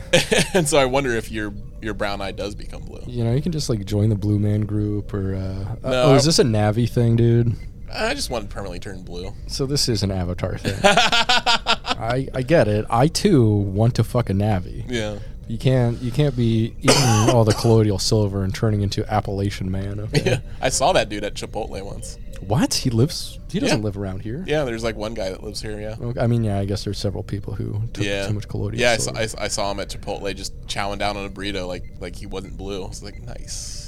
B: and so I wonder if your your brown eye does become blue.
A: You know, you can just like join the Blue Man group or. Uh,
B: No,
A: oh,
B: I-
A: is this a Navi thing, dude?
B: I just want to permanently turn blue.
A: So this is an Avatar thing. I I get it. I too want to fuck a Navi.
B: Yeah.
A: You can't you can't be eating all the colloidal silver and turning into Appalachian man. Okay.
B: Yeah. I saw that dude at Chipotle once.
A: What? He lives? He doesn't
B: Yeah.
A: live around here.
B: Yeah, there's like one guy that lives here. Yeah.
A: Okay, I mean, yeah. I guess there's several people who took
B: Yeah.
A: too much colloidal.
B: Yeah, I saw,
A: silver.
B: I, I saw him at Chipotle just chowing down on a burrito like like he wasn't blue. I was like, nice.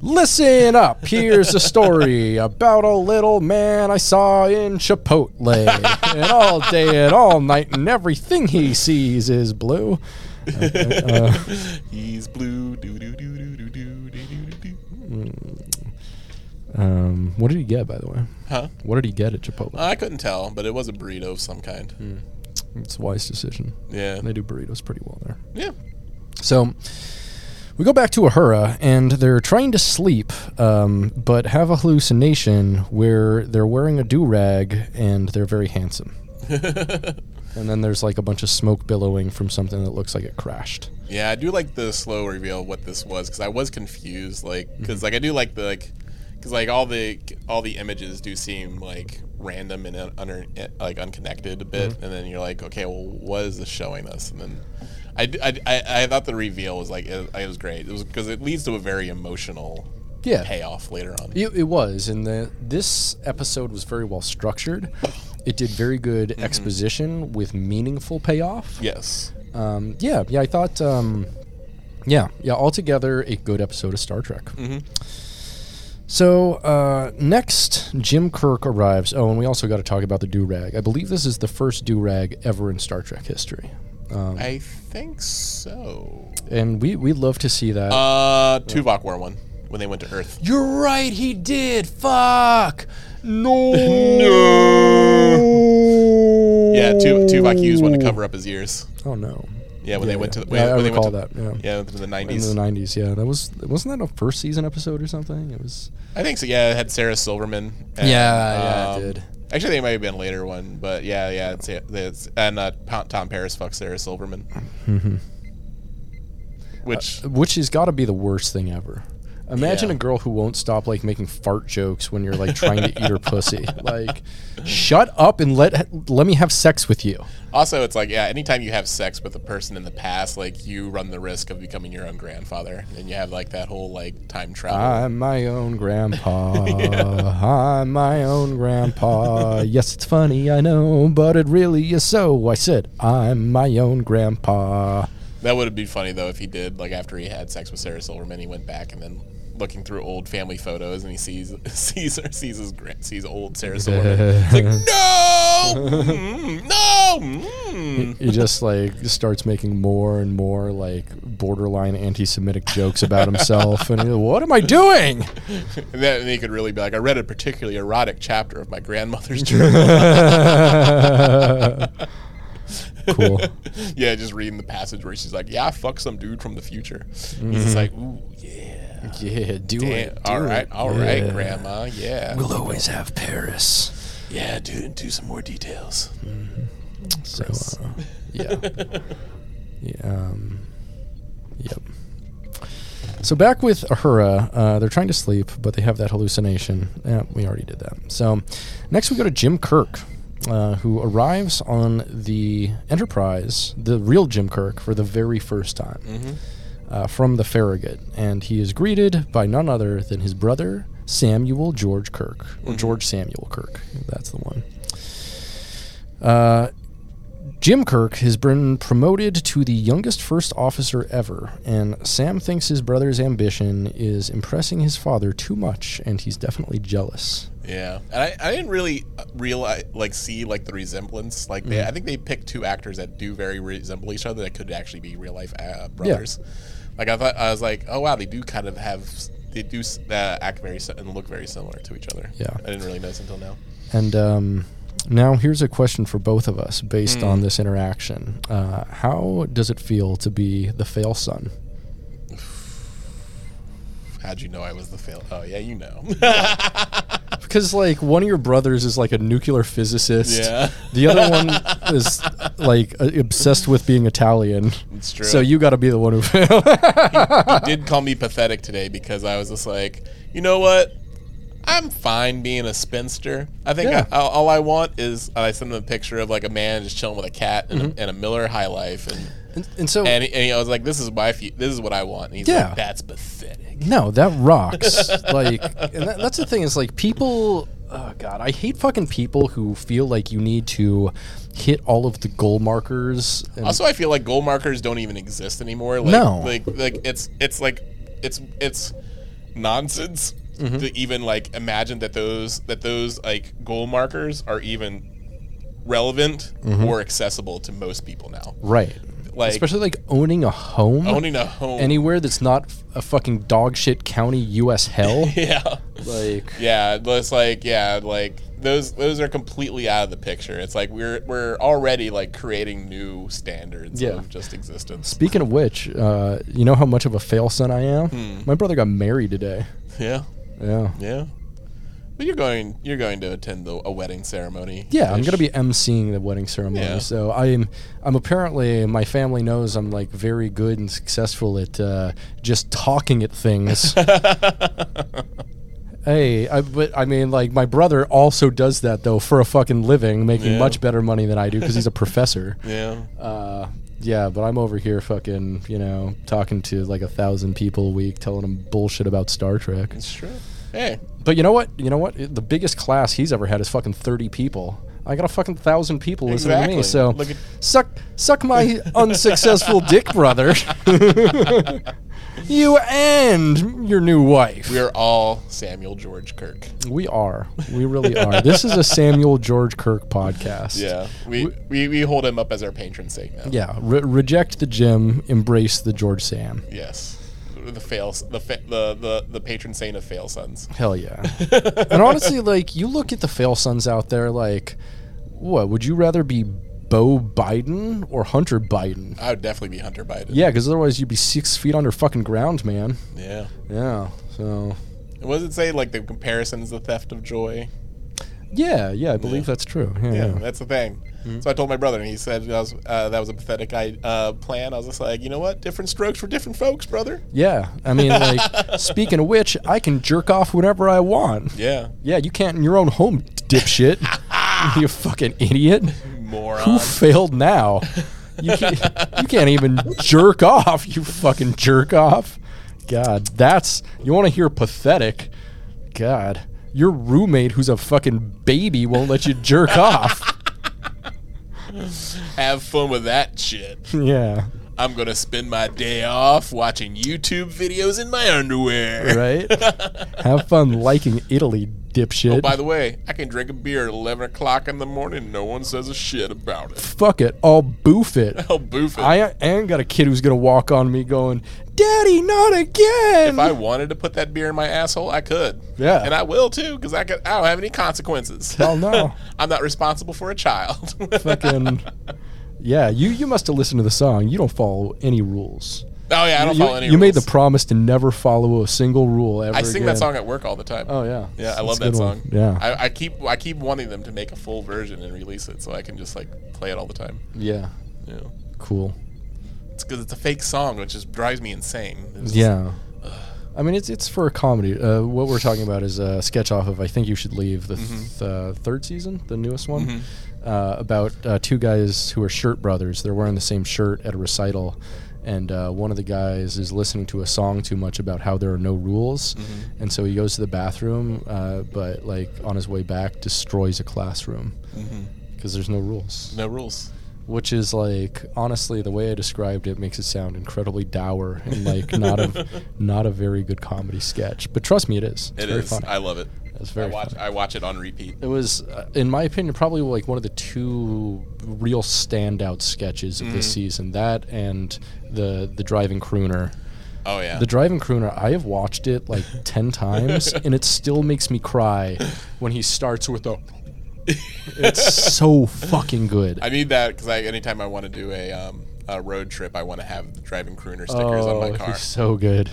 A: Listen up. Here's a story about a little man I saw in Chipotle. and all day and all night, and everything he sees is blue. Okay, uh,
B: He's blue. Do do do do do do do do do.
A: um, what did he get, by the way?
B: Huh? Uh,
A: What did he get at Chipotle?
B: I couldn't tell, but it was a burrito of some kind.
A: it's a wise decision.
B: Yeah.
A: Hmm. They do burritos pretty well there.
B: Yeah.
A: So we go back to Ahura, and they're trying to sleep, um, but have a hallucination where they're wearing a do rag and they're very handsome. and then there's like a bunch of smoke billowing from something that looks like it crashed.
B: Yeah, I do like the slow reveal of what this was because I was confused. Like,
A: Mm-hmm.
B: because like I do like the like, because like all the all the images do seem like random and un- under like unconnected a bit,
A: Mm-hmm.
B: and then you're like, okay, well, what is this showing us? And then I d- I, d- I- I thought the reveal was like it, it was great. It was because it leads to a very emotional
A: Yeah.
B: payoff later on.
A: It, it was, and the, this episode was very well structured. It did very good exposition with meaningful payoff.
B: Yes.
A: Um, yeah, yeah, I thought, um, yeah, yeah, altogether a good episode of Star Trek.
B: Mm-hmm.
A: So uh, next, Jim Kirk arrives. Oh, and we also got to talk about the do rag. I believe this is the first do rag ever in Star Trek history, um,
B: I think so.
A: and we we love to see that.
B: Uh, Tuvok wore one when they went to Earth.
A: You're right, he did. Fuck. No.
B: Yeah, Tu- Tuvok used one to cover up his ears.
A: Oh no.
B: Yeah, when
A: Yeah,
B: they went
A: yeah.
B: to the, when,
A: Yeah, I
B: when they went
A: recall
B: to,
A: that. Yeah.
B: Yeah, to the
A: In
B: nineties.
A: the '90s, yeah, that was wasn't that a first season episode or something? It was.
B: I think so. Yeah, it had Sarah Silverman. um,
A: Yeah, yeah, it did.
B: Actually, they might have been a later one, but yeah, yeah. It's, it's, and uh, Pa- Tom Paris fucks Sarah Silverman.
A: Mm-hmm.
B: Which
A: which has got to be the worst thing ever. Imagine
B: Yeah.
A: a girl who won't stop like making fart jokes when you're like trying to eat her pussy. Like, shut up and let let me have sex with you.
B: also, it's like yeah, anytime you have sex with a person in the past, like you run the risk of becoming your own grandfather, and you have like that whole like time travel.
A: I'm my own grandpa. I'm my own grandpa. yes, it's funny, I know, but it really is so. I said, I'm my own grandpa.
B: that would have been funny though if he did like after he had sex with Sarah Silverman, he went back and then. Looking through old family photos, and he sees sees sees his grand, sees old Sarah Silverman. It's like no, Mm, no. mm.
A: He just like starts making more and more like borderline anti-Semitic jokes about himself, and he's like, what am I doing?
B: And then and he could really be like, I read a particularly erotic chapter of my grandmother's journal.
A: Cool.
B: yeah, just reading the passage where she's like, "Yeah, I fucked some dude from the future." He's just like, "Ooh, yeah,
A: yeah, Mm-hmm. do
B: damn,
A: it.
B: all
A: do
B: right,
A: it.
B: all right,
A: Yeah.
B: grandma, yeah,
A: We'll always have Paris.
B: yeah, dude, do some more details."
A: So, uh, yeah. yeah. Um, yep. So back with Ahura, uh, they're trying to sleep, but they have that hallucination. Yeah, we already did that. So next we go to Jim Kirk, uh, who arrives on the Enterprise, the real Jim Kirk, for the very first time uh, from the Farragut, and he is greeted by none other than his brother Samuel George Kirk, or George Samuel Kirk. That's the one. Uh, Jim Kirk has been promoted to the youngest first officer ever, and Sam thinks his brother's ambition is impressing his father too much, and he's definitely jealous.
B: Yeah, and I, I didn't really realize like see like the resemblance. Like they, I think they picked two actors that do very resemble each other that could actually be real life uh, brothers. Like I thought, I was like, oh wow, they do kind of have they do s- uh, act very si- and look very similar to each other.
A: Yeah.
B: I didn't really notice until now.
A: And um, now here's a question for both of us based on
B: Hmm.
A: this interaction. Uh, how does it feel to be the fail son?
B: How'd you know I was the fail? Oh yeah, you know.
A: Because like one of your brothers is like a nuclear physicist.
B: Yeah.
A: The other one is like uh, obsessed with being Italian.
B: It's true.
A: So you got to be the one who failed.
B: he did call me pathetic today because I was just like, you know what? I'm fine being a spinster. I think
A: Yeah.
B: I, all, all I want is I sent him a picture of like a man just chilling with a cat and,
A: Mm-hmm.
B: a, and a Miller High Life, and
A: and, and so
B: and, he, and he- I was like, this is my fe- this is what I want. And he's
A: Yeah.
B: like, that's pathetic.
A: no, that rocks. like, and that, that's the thing is like people. Oh God, I hate fucking people who feel like you need to hit all of the goal markers. And,
B: Also, I feel like goal markers don't even exist anymore. Like,
A: Mm-hmm. No.
B: like like it's it's like it's it's nonsense
A: Mm-hmm.
B: to even like imagine that those that those like goal markers are even relevant or accessible to most people now.
A: right.
B: Like
A: Mm-hmm. Especially like owning a home.
B: owning a home.
A: anywhere that's not f- a fucking dog shit county U.S. hell.
B: yeah,
A: like.
B: yeah. It's like yeah, like those those are completely out of the picture. It's like we're we're already like creating new standards
A: Yeah.
B: of just existence.
A: Speaking of which, uh, you know how much of a fail son I am.
B: Hmm.
A: My brother got married today.
B: Yeah.
A: Yeah,
B: Yeah. But you're going you're going to attend the, a wedding ceremony.
A: yeah. I'm gonna be emceeing the wedding ceremony.
B: Yeah.
A: So I'm, I'm apparently my family knows I'm like very good and successful at uh, just talking at things. hey, I, but I mean, like my brother also does that though for a fucking living, making
B: Yeah.
A: much better money than I do because he's a professor.
B: Yeah.
A: Uh, yeah, but I'm over here fucking, you know, talking to like a thousand people a week, telling them bullshit about Star Trek.
B: It's true. Hey.
A: But you know what? You know what? The biggest class he's ever had is fucking 30 people. I got a fucking thousand people listening to me.
B: Exactly.
A: So
B: Look at-
A: suck, suck my unsuccessful dick, brother. you and your new wife.
B: We are all Samuel George Kirk.
A: we are. We really are. this is a Samuel George Kirk podcast.
B: Yeah. We, we we hold him up as our patron saint now.
A: Yeah. Re- reject the Jim, embrace the George Sam.
B: Yes. The fail the fa- the, the the patron saint of fail sons.
A: Hell yeah. and honestly, like you look at the fail sons out there, like, what would you rather be, Bo Biden or Hunter Biden?
B: I would definitely be Hunter Biden.
A: Yeah, because otherwise you'd be six feet under fucking ground, man.
B: Yeah.
A: Yeah. So.
B: And what does it say? Like the comparison is the theft of joy.
A: Yeah, yeah, I believe that's true. Yeah.
B: Yeah,
A: yeah.
B: that's the thing.
A: Mm-hmm.
B: So I told my brother, and he said that was, uh, that was a pathetic I, uh, plan. I was just like, you know what? Different strokes for different folks, brother.
A: Yeah, I mean, like, speaking of which, I can jerk off whenever I want.
B: Yeah,
A: Yeah, you can't in your own home, dipshit. you fucking idiot. Who
B: moron.
A: failed now? You can't, you can't even jerk off, you fucking jerk off. God, that's. You want to hear pathetic? God, your roommate who's a fucking baby won't let you jerk off.
B: Have fun with that shit.
A: Yeah,
B: I'm gonna spend my day off watching YouTube videos in my underwear.
A: right? Have fun liking Italy, dipshit.
B: Oh, by the way, I can drink a beer at 11 o'clock in the morning. No one says a shit about it.
A: Fuck it, I'll boof it.
B: I'll boof it.
A: I ain't got a kid who's going to walk on me going, Daddy, not again.
B: if I wanted to put that beer in my asshole, I could.
A: Yeah.
B: and I will too, because I could. I don't have any consequences.
A: Hell no.
B: Oh, I'm not responsible for a child.
A: fucking Yeah, you you must have listened to the song. You don't follow any rules.
B: Oh yeah, I don't
A: you,
B: follow any.
A: You made the
B: rules.
A: promise to never follow a single rule ever.
B: I sing
A: again.
B: that song at work all the time.
A: Oh yeah.
B: Yeah, I
A: It's-
B: love
A: it's a
B: that
A: good
B: song.
A: one. Yeah.
B: I, I keep I keep wanting them to make a full version and release it so I can just like play it all the time.
A: yeah.
B: Yeah,
A: Cool.
B: it's because it's a fake song, which just drives me insane. It's just-
A: Yeah. uh, I mean, it's it's for a comedy. Uh, what we're talking about is a sketch off of I think you should leave the th- uh, third season, the newest one, uh, about uh, two guys who are shirt brothers. They're wearing the same shirt at a recital, and uh, one of the guys is listening to a song too much about how there are no rules, and so he goes to the bathroom, uh, but like on his way back, destroys a classroom because there's no rules
B: mm-hmm. no rules.
A: which is like honestly the way I described it makes it sound incredibly dour and like not a not a very good comedy sketch. But trust me, it is. It's
B: It
A: very
B: is.
A: funny.
B: I love it.
A: It's very
B: I watch
A: funny.
B: I watch it on repeat.
A: it was, uh, in my opinion, probably like one of the two real standout sketches of
B: Mm.
A: this season. That and the the driving crooner.
B: Oh yeah.
A: The Driving Crooner, I have watched it like 10 times and it still makes me cry when he starts with the. It's so fucking good.
B: I need that because I anytime I want to do a um, a road trip, I want to have the driving crooner stickers on my car.
A: Oh, He's so good.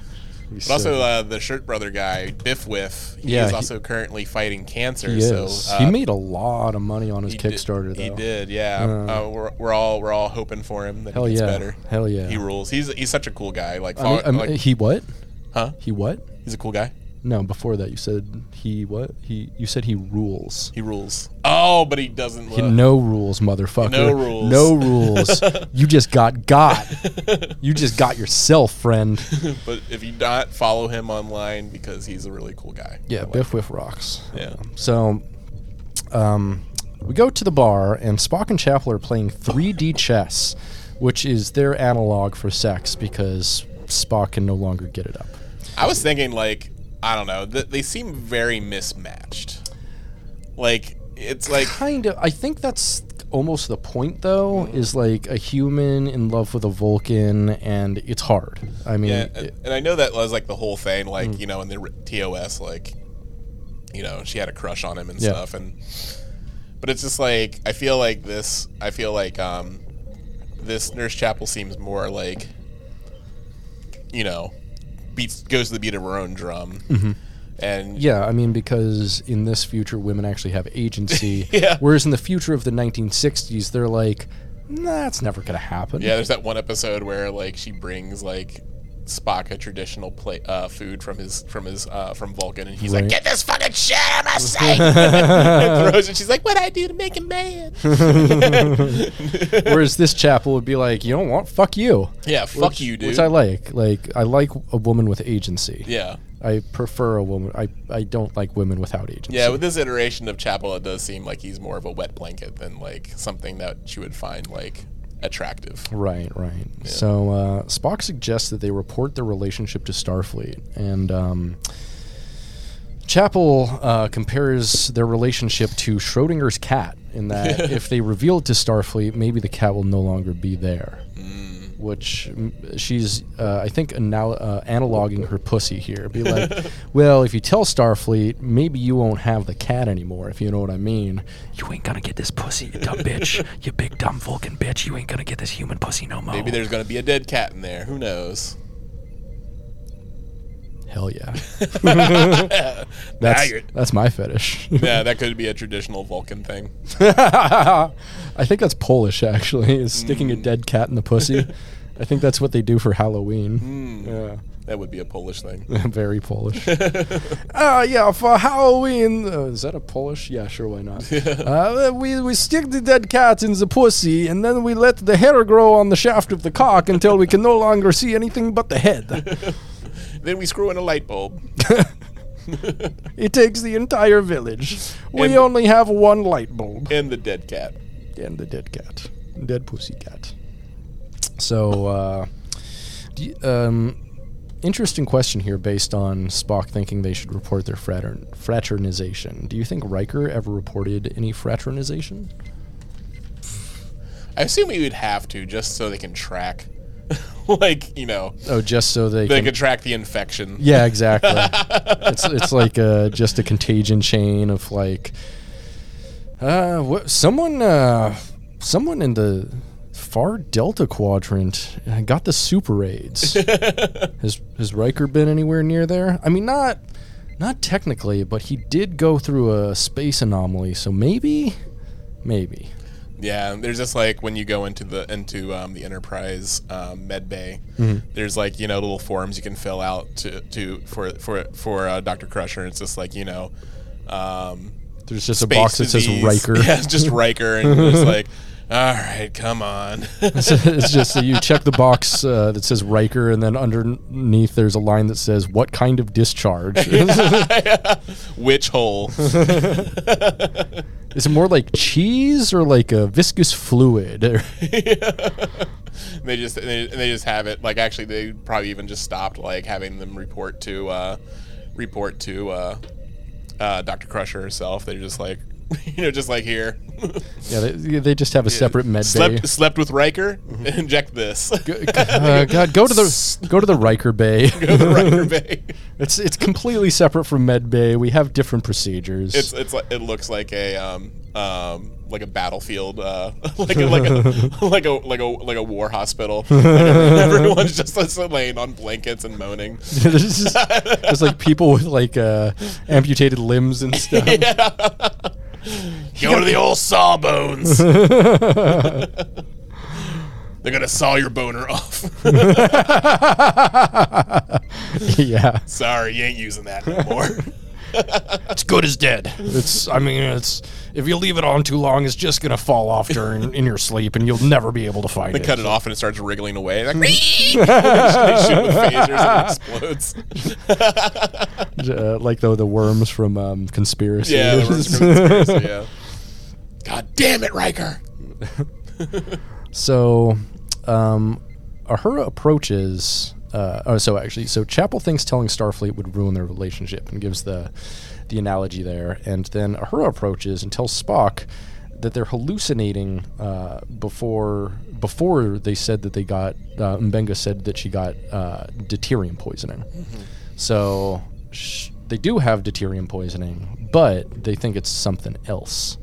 A: He's
B: But
A: so
B: also uh, the shirt brother guy Biff Whiff. He
A: Yeah,
B: is
A: he-
B: also currently fighting cancer.
A: good. he
B: so
A: is.
B: uh,
A: he made a lot of money on his
B: he did-
A: Kickstarter though.
B: He did. Yeah. Uh, we're, we're all we're all hoping for him that
A: Hell
B: he gets
A: yeah.
B: better.
A: Hell yeah.
B: He rules. He's he's such a cool guy. Like,
A: I mean,
B: follow-
A: I mean,
B: like
A: he what?
B: huh?
A: He what?
B: He's a cool guy.
A: No, before that you said he what? He you said he rules.
B: He rules. Oh, but he doesn't.
A: He,
B: love-
A: no rules, motherfucker.
B: No rules.
A: No rules. you just got got. You just got yourself, friend.
B: But if you not follow him online because he's a really cool guy.
A: Yeah, Biff Whiff rocks.
B: Yeah.
A: So, um, we go to the bar, and Spock and Chapel are playing 3D chess, which is their analog for sex because Spock can no longer get it up.
B: I was thinking like I don't know. Th- they seem very mismatched. Like it's like
A: Kind of. I think that's almost the point, though, is like a human in love with a Vulcan, and it's hard. I mean,
B: yeah, and, and I know that was like the whole thing. Like
A: Mm.
B: you know, in the r- TOS, like you know, she had a crush on him and
A: Yeah.
B: stuff. And but it's just like I feel like this. I feel like um, this Nurse Chapel seems more like you know beats goes to the beat of her own drum.
A: Mm-hmm.
B: And
A: Yeah, I mean because in this future women actually have agency.
B: Yeah.
A: Whereas in the future of the 1960s they're like, nah, that's never going to happen.
B: Yeah, there's that one episode where like she brings like Spock a traditional plate uh, food from his from his uh, from Vulcan, and he's
A: Right.
B: like, "Get this fucking shit out of my sight!" and throws it. She's like, "What I do to make him mad?"
A: Whereas this chapel would be like, you don't want fuck you.
B: yeah, fuck
A: Which-
B: you, dude.
A: Which I like. Like I like a woman with agency.
B: yeah,
A: I prefer a woman. I I don't like women without agency.
B: yeah. With this iteration of Chapel, it does seem like he's more of a wet blanket than like something that she would find like attractive.
A: Right, right. So uh, Spock suggests that they report their relationship to Starfleet, and um, Chapel uh, compares their relationship to Schrodinger's cat in that if they reveal it to Starfleet, maybe the cat will no longer be there. Which mm, she's, uh, I think, anal- uh, analoging her pussy here. Be like, well, if you tell Starfleet, maybe you won't have the cat anymore, if you know what I mean.
C: You ain't gonna get this pussy, you dumb bitch. You big dumb Vulcan bitch. You ain't gonna get this human pussy no more.
B: Maybe there's gonna be a dead cat in there. Who knows?
A: Hell yeah.
B: Now
A: That's,
B: you're-
A: that's my fetish.
B: yeah, that could be a traditional Vulcan thing.
A: I think that's Polish, actually, is sticking a dead cat in the pussy. I think that's what they do for Halloween.
B: That would be a Polish thing.
A: Yeah. Very Polish. uh, yeah, for Halloween. Uh, is that a Polish? Yeah, sure, why not? Uh, we, we stick the dead cat in the pussy, and then we let the hair grow on the shaft of the cock until we can no longer see anything but the head.
B: Then we screw in a light bulb.
A: It takes the entire village. We
B: And-
A: only have one light bulb.
B: and the dead cat.
A: and the dead cat, dead pussy cat. So, uh, do you- um, interesting question here, based on Spock thinking they should report their fratern- fraternization. Do you think Riker ever reported any fraternization?
B: I assume we would have to just so they can track, like you know,
A: Oh, just so they,
B: they
A: can.
B: could track the infection.
A: yeah, exactly. it's it's like uh, just a contagion chain of like, uh, what someone uh, someone in the Far Delta Quadrant uh, got the super aids. has has Riker been anywhere near there? I mean, not not technically, but he did go through a space anomaly, so maybe, maybe.
B: Yeah, there's just like when you go into the into um, the Enterprise um, med bay,
A: Mm-hmm.
B: there's like you know little forms you can fill out to to for for for uh, Doctor Crusher. It's just like you know, um,
A: There's just a box that
B: space
A: says
B: disease.
A: Riker.
B: Yeah, it's just Riker, and you're just like, all right, come on.
A: it's just that you check the box uh, that says Riker, and then underneath there's a line that says "What kind of discharge?"
B: Which hole?
A: Is it more like cheese or like a viscous fluid?
B: they just they, and they just have it like actually they probably even just stopped like having them report to uh report to uh uh dr crusher herself they're just like you know just like here
A: yeah, they, they just have a separate med bay. Mm-hmm.
B: slept slept with riker inject this
A: G- g- uh, God, go to the go to the Riker bay.
B: the riker bay
A: It's it's completely separate from med bay. We have different procedures.
B: it's it's like it looks like a um um like a battlefield uh like a like a like a like a like a war hospital everyone's just just laying on blankets and moaning
A: there's, just, there's like people with like uh, amputated limbs and stuff.
B: Go to the old sawbones. They're gonna saw your boner off.
A: yeah,
B: Sorry, you ain't using that no more.
A: it's good as dead. It's I mean it's if you leave it on too long, it's just gonna fall off during in your sleep, and you'll never be able to find it.
B: Cut it off and it starts wriggling away. Like, they shoot with phasers and it explodes.
A: Uh, like the the worms from um, conspiracy.
B: Yeah, the reverse conspiracy, yeah. God damn it, Riker.
A: So, um, Ahura approaches. Uh, oh, so actually, so Chapel thinks telling Starfleet would ruin their relationship and gives the the analogy there. And then Ahura approaches and tells Spock that they're hallucinating uh, before before they said that they got uh, Mbenga said that she got uh, deuterium poisoning. So sh- they do have deuterium poisoning, but they think it's something else.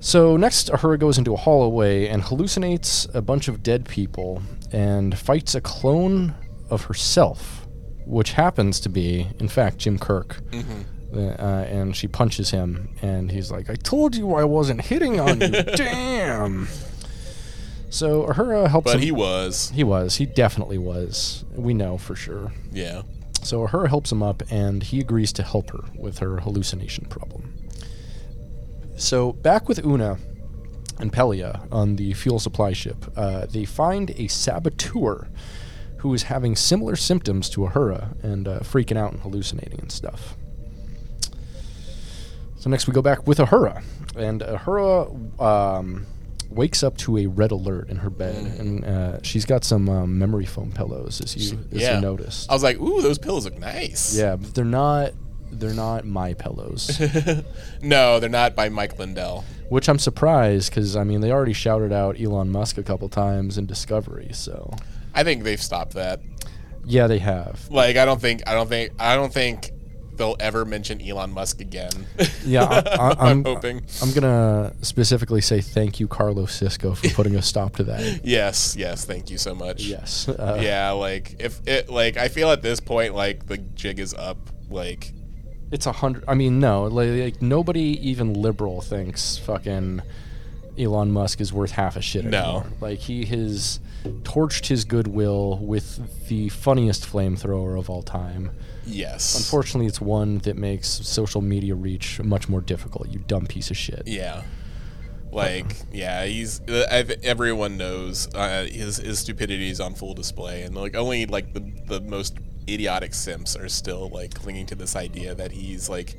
A: So next, Ahura goes into a hallway and hallucinates a bunch of dead people and fights a clone of herself, which happens to be, in fact, Jim Kirk.
B: Mm-hmm.
A: Uh, and she punches him, and he's like, "I told you I wasn't hitting on you, damn." So Ahura helps
B: But
A: him.
B: he was.
A: he was. He definitely was. We know for sure.
B: Yeah.
A: So Ahura helps him up, and he agrees to help her with her hallucination problem. So back with Una and Pelia on the fuel supply ship, uh, they find a saboteur who is having similar symptoms to Ahura and uh, freaking out and hallucinating and stuff. So next we go back with Ahura, and Ahura um, wakes up to a red alert in her bed, and uh, she's got some um, memory foam pillows, as you as
B: yeah.
A: you noticed.
B: I was like, ooh, those pillows look nice.
A: Yeah, but they're not they're not my pillows,
B: No, they're not by Mike Lindell.
A: which I'm surprised because I mean they already shouted out Elon Musk a couple times in Discovery, so
B: I think they've stopped that.
A: yeah, they have.
B: Like I don't think I don't think I don't think they'll ever mention Elon Musk again.
A: Yeah, I, I,
B: I'm
A: I'm
B: hoping.
A: I'm gonna specifically say thank you, Carlos Cisco, for putting a stop to that.
B: yes, yes, thank you so much.
A: Yes, uh,
B: Yeah, like if it like I feel at this point like the jig is up like
A: it's a hundred. I mean, no, like, like nobody even liberal thinks fucking Elon Musk is worth half a shit
B: No.
A: anymore. Like he has torched his goodwill with the funniest flamethrower of all time.
B: yes.
A: Unfortunately, it's one that makes social media reach much more difficult. You dumb piece of shit.
B: yeah. Like yeah, he's uh, i everyone knows uh, his his stupidity is on full display and like only like the the most idiotic simps are still like clinging to this idea that he's like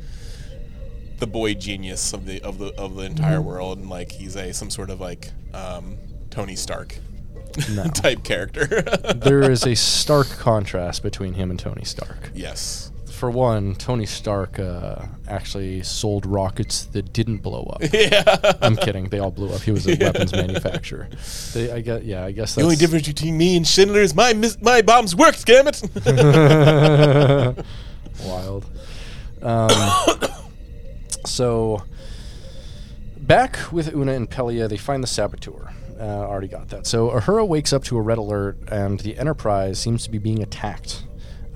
B: the boy genius of the of the of the entire world and like he's a some sort of like um Tony Stark type character.
A: there is a stark contrast between him and Tony Stark.
B: yes.
A: For one, Tony Stark uh, actually sold rockets that didn't blow up.
B: Yeah.
A: I'm kidding. They all blew up. He was a weapons manufacturer. They, I guess, yeah, I guess that's
B: The only difference between me and Schindler is my mis- my bombs worked, damn it.
A: wild. Um, so, back with Una and Pelia, they find the saboteur. Uh, already got that. So Ahura wakes up to a red alert, and the Enterprise seems to be being attacked.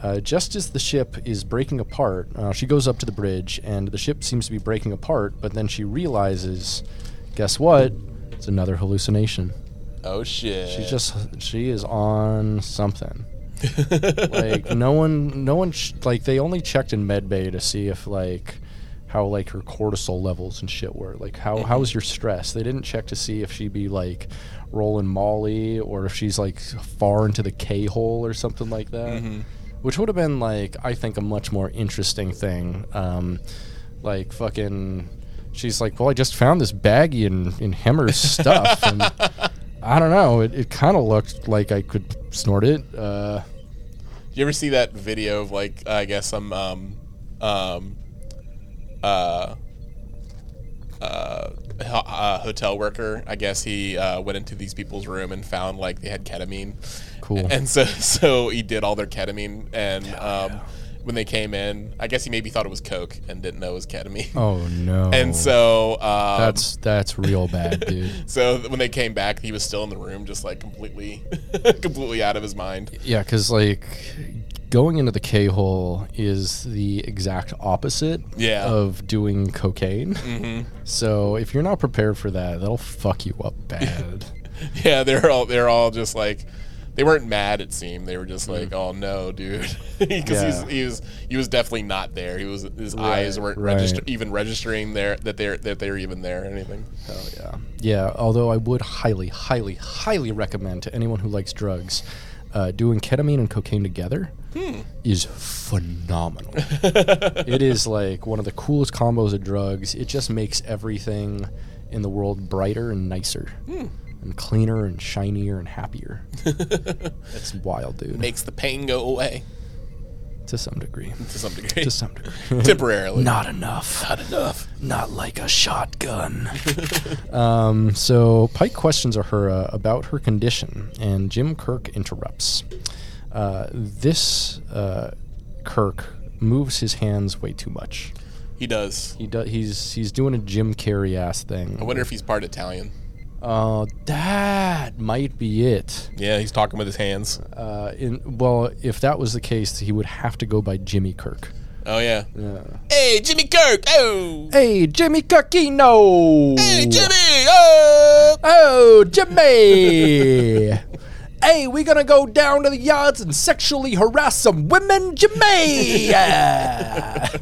A: Uh, just as the ship is breaking apart, uh, she goes up to the bridge, and the ship seems to be breaking apart, but then she realizes guess what? It's another hallucination.
B: Oh shit.
A: She's just, she is on something. like no one no one sh- like they only checked in medbay to see if like how like her cortisol levels and shit were like how how was your stress they didn't check to see if she'd be like rolling molly or if she's like far into the k-hole or something like that which would have been like i think a much more interesting thing um like fucking she's like well i just found this baggie in in hemmer's stuff and i don't know it, it kind of looked like i could snort it uh
B: you ever see that video of like I guess some um um uh uh, ho- uh hotel worker I guess he uh, went into these people's room and found like they had ketamine.
A: Cool.
B: And so so he did all their ketamine and um when they came in I guess he maybe thought it was coke and didn't know it was ketamine.
A: oh no
B: And so um,
A: That's that's real bad, dude.
B: so when they came back he was still in the room just like completely completely out of his mind.
A: Yeah, because like going into the K hole is the exact opposite
B: Yeah. Mm-hmm.
A: of doing cocaine. So if you're not prepared for that, that'll fuck you up bad.
B: Yeah, they're all they're all just like they weren't mad. It seemed they were just like, "Oh no, dude," because
A: Yeah.
B: he was he was definitely not there. He was his eyes weren't
A: right.
B: register, even registering there that they're that they were even there or anything.
A: oh yeah, yeah. Although I would highly, highly, highly recommend to anyone who likes drugs. Uh, doing ketamine and cocaine together is phenomenal. it is like one of the coolest combos of drugs. It just makes everything in the world brighter and nicer, and cleaner and shinier and happier. It's wild, dude.
B: Makes the pain go away
A: to some degree.
B: to some degree,
A: To some degree.
B: temporarily.
C: Not enough. Not enough. Not like a shotgun.
A: Um, so Pike questions Ahura about her condition, and Jim Kirk interrupts. Uh, this uh, Kirk moves his hands way too much.
B: He does.
A: He do, he's he's doing a Jim Carrey ass thing.
B: I wonder if he's part Italian.
A: Uh, that might be it.
B: Yeah, he's talking with his hands.
A: Uh, in well, if that was the case, he would have to go by Jimmy Kirk.
B: Oh yeah. Hey, Jimmy Kirk. Oh.
A: Hey, Jimmy Kirkino.
B: Hey, Jimmy. Oh.
A: Oh, Jimmy! hey, we're gonna go down to the yards and sexually harass some women, Jimmy!
B: I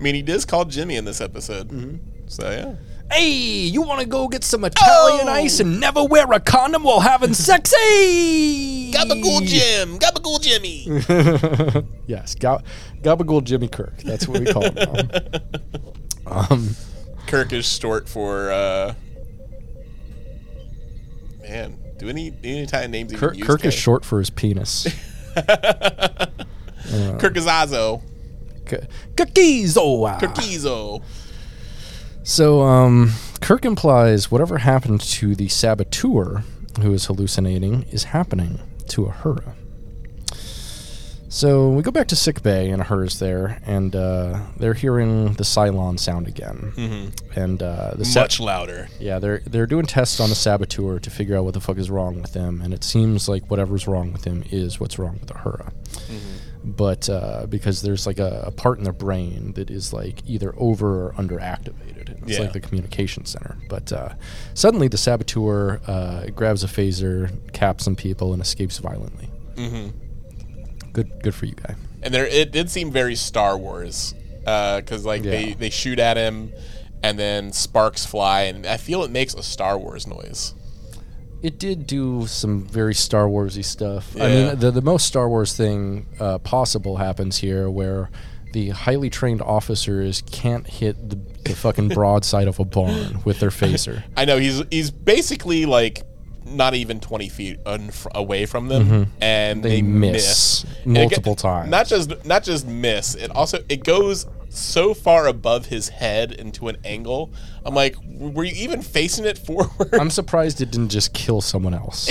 B: mean, he does call Jimmy in this episode.
A: Mm-hmm.
B: So yeah.
A: hey, you wanna go get some Italian
B: Oh.
A: ice and never wear a condom while having sex? Hey!
B: Gabagool Jim. Gabagool Jimmy.
A: Yes, ga- Gabagool Jimmy Kirk. That's what we call him. now. um,
B: Kirk is short for uh man. Do any do any Italian names even
A: Kirk,
B: use
A: Kirk is
B: K?
A: short for his penis.
B: Kirk is Azo.
A: Ah. Kakizo!
B: Kirkizo.
A: So, um, Kirk implies whatever happened to the saboteur who is hallucinating is happening to Ahura. So we go back to sick bay, and Ahura's there, and uh, they're hearing the Cylon sound again, mm-hmm. and uh, the sa-
B: Much louder.
A: yeah, they're they're doing tests on the saboteur to figure out what the fuck is wrong with him, and it seems like whatever's wrong with him is what's wrong with Ahura. But uh, because there's like a, a part in their brain that is like either over or under activated, and it's
B: Yeah.
A: like the communication center. But uh, suddenly the saboteur uh, grabs a phaser, caps some people, and escapes violently. Mm-hmm. Good, good for you, guy.
B: And there it did seem very Star Wars. Uh 'cause cause like they,
A: Yeah.
B: they shoot at him and then sparks fly and I feel it makes a Star Wars noise.
A: it did do some very Star Warsy stuff. I
B: Yeah.
A: mean, the the most Star Wars thing uh, possible happens here, where the highly trained officers can't hit the, the fucking broadside of a barn with their phaser.
B: I know he's he's basically like not even 20 feet un- away from them and they,
A: Mm-hmm. They
B: miss,
A: miss
B: And it
A: multiple times.
B: Not just not just miss, it also it goes so far above his head into an angle. I'm like, "W- were you even facing it forward?
A: I'm surprised it didn't just kill someone else.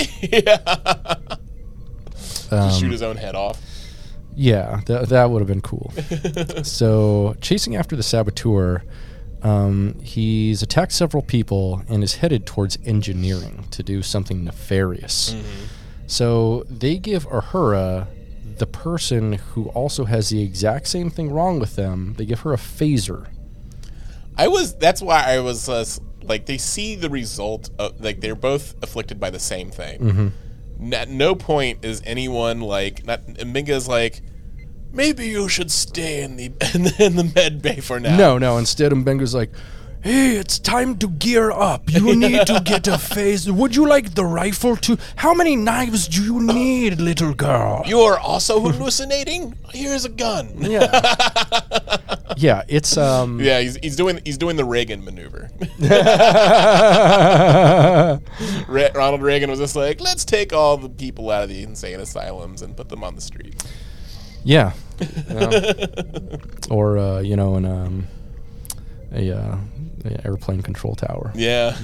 A: Um,
B: to shoot his own head off.
A: Yeah, that that would have been cool. so chasing after the saboteur, Um, he's attacked several people and is headed towards engineering to do something nefarious. So they give Ahura, the person who also has the exact same thing wrong with them, they give her a phaser.
B: I was. That's why I was uh, s- like, they see the result of like they're both afflicted by the same thing. N- At no point is anyone like not Minga's like. Maybe you should stay in the in the med bay for now.
A: No, no. Instead, Mbengu's like, hey, it's time to gear up. You need to get a phaser. Would you like the rifle to. How many knives do you need, little girl?
B: you are also hallucinating. Here's a gun.
A: Yeah. yeah, it's. um.
B: Yeah, he's, he's doing he's doing the Reagan maneuver. Re- Ronald Reagan was just like, let's take all the people out of the insane asylums and put them on the street.
A: Yeah. Yeah. or uh, you know, an um, a, uh, a airplane control tower.
B: Yeah,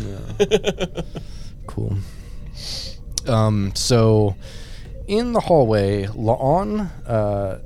A: Cool. Um, so in the hallway, Laon uh,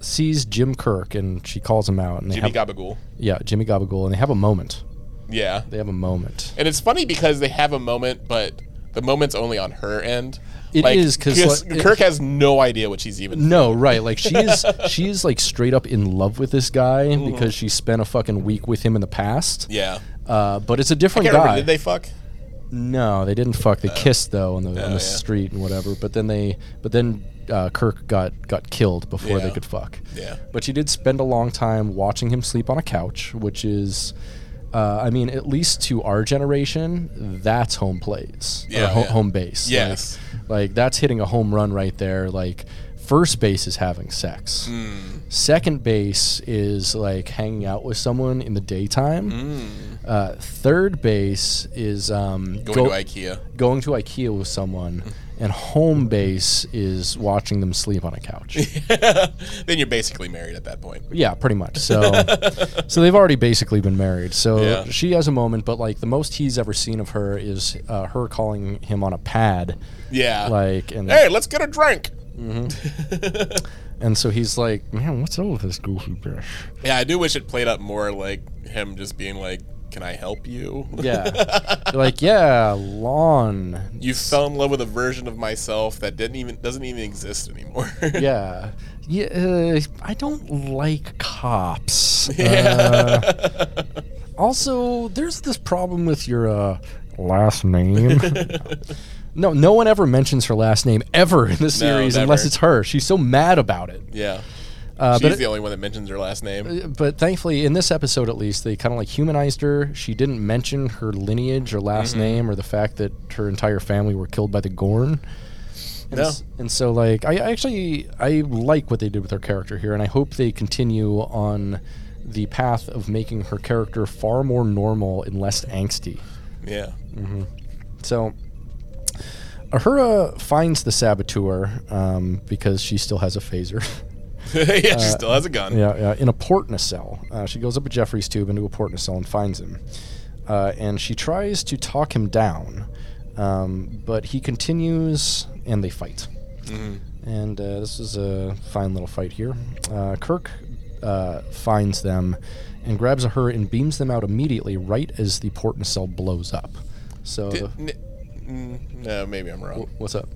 A: sees Jim Kirk, and she calls him out, and they
B: Jimmy
A: have
B: Gabagool.
A: yeah Jimmy Gabagool, and they have a moment.
B: Yeah,
A: They have a moment.
B: and it's funny because they have a moment, but the moment's only on her end.
A: It
B: It
A: is 'cause, like, it-
B: Kirk has no idea what she's even.
A: No, right. Like she is she is like straight up in love with this guy because she spent a fucking week with him in the past.
B: Yeah,
A: Uh, but it's a different
B: can't
A: guy.
B: remember. Did they fuck?
A: No, they didn't fuck. They kissed though on the on the
B: yeah.
A: street and whatever. But then they but then uh, Kirk got got killed before they
B: Yeah.
A: could fuck.
B: Yeah.
A: But she did spend a long time watching him sleep on a couch, which is. Uh, I mean, at least to our generation, that's home plays or
B: Yeah,
A: ho-
B: yeah.
A: home base. Like-
B: Yes.
A: like, that's hitting a home run right there. Like first base is having sex.
B: Hmm.
A: Second base is like hanging out with someone in the daytime. Uh, third base is um,
B: Hmm. Going
A: go-
B: to IKEA.
A: going to IKEA with someone, and home base is watching them sleep on a couch.
B: then you're basically married at that point.
A: yeah, pretty much. So, so they've already basically been married. So
B: Yeah.
A: she has a moment, but like the most he's ever seen of her is uh, her calling him on a pad,
B: Yeah.
A: like and
B: hey, let's get a drink.
A: and so he's like, man, what's up with this goofy bitch?
B: Yeah, I do wish it played up more like him just being like, "Can I help you?"
A: Yeah, like yeah, lawn.
B: You fell in love with a version of myself that didn't even doesn't even exist anymore.
A: Yeah. Yeah, uh, I don't like cops. Uh, also, there's this problem with your uh, last name. no, no one ever mentions her last name ever in the series unless
B: never.
A: it's her. She's so mad about it.
B: yeah.
A: Uh,
B: She's
A: but, Uh,
B: the only one that mentions her last name.
A: but thankfully, in this episode at least, they kind of like humanized her. She didn't mention her lineage or last name or the fact that her entire family were killed by the Gorn. And,
B: No.
A: s- and so like I I actually I like what they did with her character here, and I hope they continue on the path of making her character far more normal and less angsty.
B: Yeah.
A: So Ahura finds the saboteur um, because she still has a phaser.
B: yeah, she still has a gun.
A: uh, yeah, yeah, in a port nacelle. Uh, she goes up a Jeffrey's tube into a port nacelle and finds him. Uh, and she tries to talk him down, um, but he continues and they fight. And uh, this is a fine little fight here. Uh, Kirk uh, finds them and grabs a her and beams them out immediately, right as the port nacelle blows up. So,
B: Did- n- mm, no, maybe I'm wrong.
A: what's up?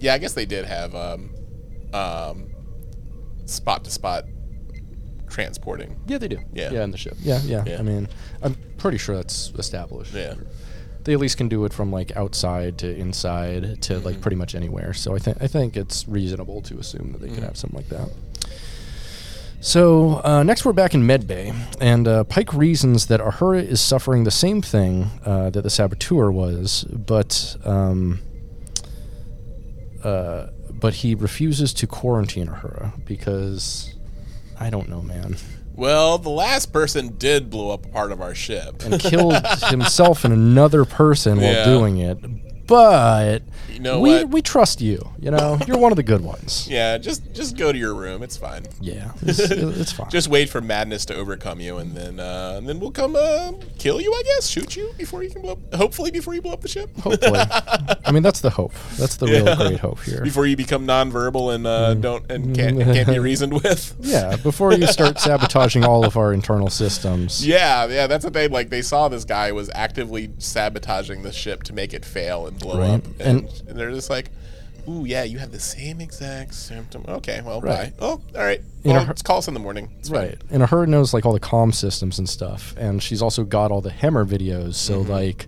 B: Yeah, I guess they did have um, um, spot to spot transporting.
A: Yeah, they do.
B: Yeah.
A: yeah, in the ship. Yeah, yeah.
B: Yeah.
A: I mean, I'm pretty sure that's established.
B: Yeah.
A: they at least can do it from like outside to inside to like pretty much anywhere. So I think I think it's reasonable to assume that they could have something like that. So uh, next, we're back in Medbay, and uh, Pike reasons that Ahura is suffering the same thing uh, that the saboteur was, but um, uh, but he refuses to quarantine Ahura because I don't know, man,
B: Well, the last person did blow up a part of our ship.
A: killed himself and another person while
B: Yeah.
A: doing it. But
B: You know
A: we
B: what?
A: we trust you. You know, you're one of the good ones.
B: Yeah, just just go to your room. It's fine.
A: Yeah, it's, it's fine.
B: Just wait for madness to overcome you, and then uh, and then we'll come uh, kill you, I guess. Shoot you before you can blow up. Hopefully, before you blow up the ship.
A: Hopefully, I mean that's the hope. That's the real great hope here.
B: Before you become nonverbal and uh, don't and can't can't be reasoned with.
A: Mm. Yeah, before you start sabotaging all of our internal systems.
B: Yeah, yeah, that's the thing. Like they saw this guy was actively sabotaging the ship to make it fail and blow
A: Right.
B: up, and, and they're just like, "Ooh, yeah, you have the same exact symptom." Okay, well,
A: Right.
B: bye. Oh, all right.
A: You know,
B: Well,
A: her-
B: it's call us in the morning. It's fine.
A: Right, and her knows like all the comm systems and stuff, and she's also got all the Hemmer videos. So
B: Mm-hmm.
A: like,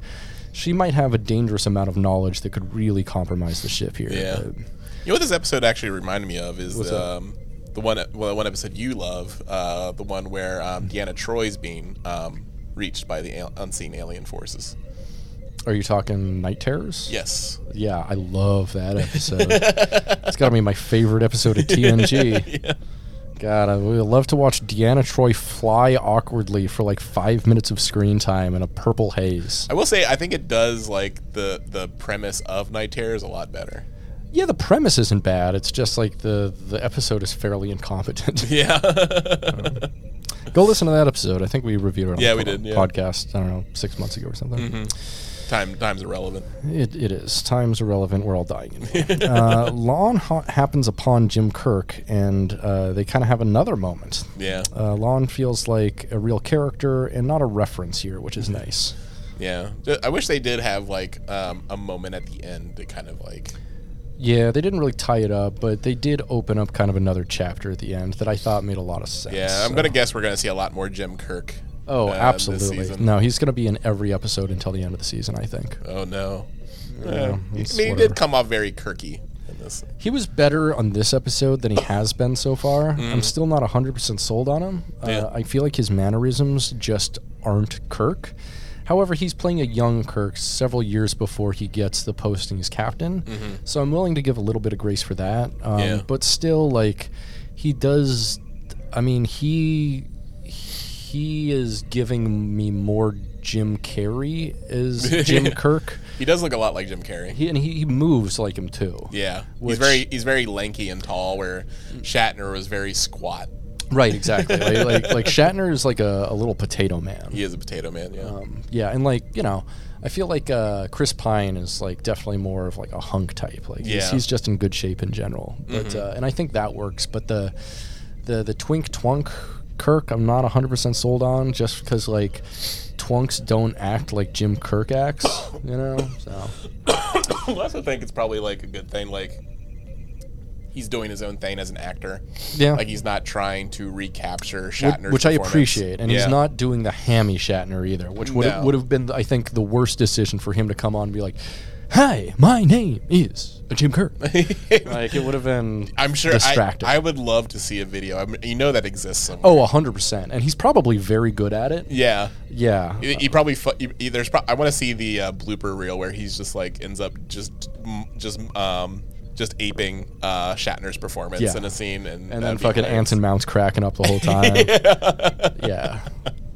A: she might have a dangerous amount of knowledge that could really compromise the ship here.
B: Yeah.
A: but-
B: You know what this episode actually reminded me of is
A: What's
B: the,
A: that?
B: um, the one well, the one episode you love, uh, the one where um, Deanna Troy's being um, reached by the al- unseen alien forces.
A: Are you talking night terrors?
B: Yes.
A: Yeah, I love that episode. it's got to be my favorite episode of TNG. God, I would love to watch Deanna Troy fly awkwardly for like five minutes of screen time in a purple haze.
B: I will say I think it does like the the premise of Night Terror is a lot better.
A: Yeah, the premise isn't bad. It's just like the, the episode is fairly incompetent.
B: Yeah.
A: Oh. Go listen to that episode. I think we reviewed it on
B: Yeah,
A: the
B: we
A: pod-
B: did, yeah. Mm-hmm.
A: podcast, I don't know, six months ago or something.
B: Time time's irrelevant.
A: It, it is. Time's irrelevant. We're all dying in here. uh, Lon ha- happens upon Jim Kirk, and uh, they kind of have another moment.
B: Yeah.
A: Uh, Lon feels like a real character and not a reference here, which is nice.
B: Yeah. Ju- I wish they did have like um, a moment at the end to kind of like
A: Yeah, they didn't really tie it up, but they did open up kind of another chapter at the end that I thought made a lot of sense.
B: Yeah, I'm
A: so-
B: gonna guess we're gonna see a lot more Jim Kirk.
A: Oh,
B: uh, this
A: absolutely.
B: season.
A: No, he's going to be in every episode until the end of the season, I think.
B: Oh no. Uh, I mean,
A: it's
B: he
A: whatever.
B: did come off very kirky in this.
A: He was better on this episode than he has been so far. I'm still not 100% sold on him. Uh,
B: Mm. Yeah.
A: I feel like his mannerisms just aren't Kirk. However, he's playing a young Kirk several years before he gets the posting as captain. So I'm willing to give a little bit of grace for that. Um,
B: Mm-hmm. Yeah.
A: But still, like, he does. I mean, he he is giving me more Jim Carrey as Jim Kirk.
B: He does look a lot like Jim Carrey.
A: He, and he, he moves like him too.
B: yeah,
A: Which-
B: he's very he's very lanky and tall, where Shatner was very squat.
A: Right, exactly. like, like like Shatner is like a, a little potato man.
B: He is a potato man. Yeah,
A: Um, yeah, and like you know, I feel like uh, Chris Pine is like definitely more of like a hunk type. Like he's,
B: Yeah. Mm-hmm.
A: he's just in good shape in general. But uh, and I think that works. But the the the twink twunk Kirk, I'm not 100 percent sold on just because like twunks don't act like Jim Kirk acts. You know, so
B: I also think it's probably like a good thing. Like he's doing his own thing as an actor.
A: yeah.
B: Like he's not trying to recapture
A: Which-
B: Shatner's,
A: which I
B: performance.
A: appreciate, and he's
B: Yeah.
A: not doing the hammy Shatner either, which would
B: No.
A: would have been, I think, the worst decision for him to come on and be like, "Hi, my name is Jim Kirk." like it would have been.
B: I'm sure. I,
A: distracting.
B: I would love to see a video. I'm, you know that exists somewhere.
A: Oh, hundred percent, and he's probably very good at it.
B: yeah.
A: Yeah,
B: He, he probably fu- he, he- there's. Pro- I want to see the uh, blooper reel where he's just like ends up just mm, just um just aping uh, Shatner's performance
A: Yeah.
B: in a scene, and
A: and then
B: that'd be
A: fucking
B: hilarious.
A: Anson Mount's cracking up the whole time. yeah,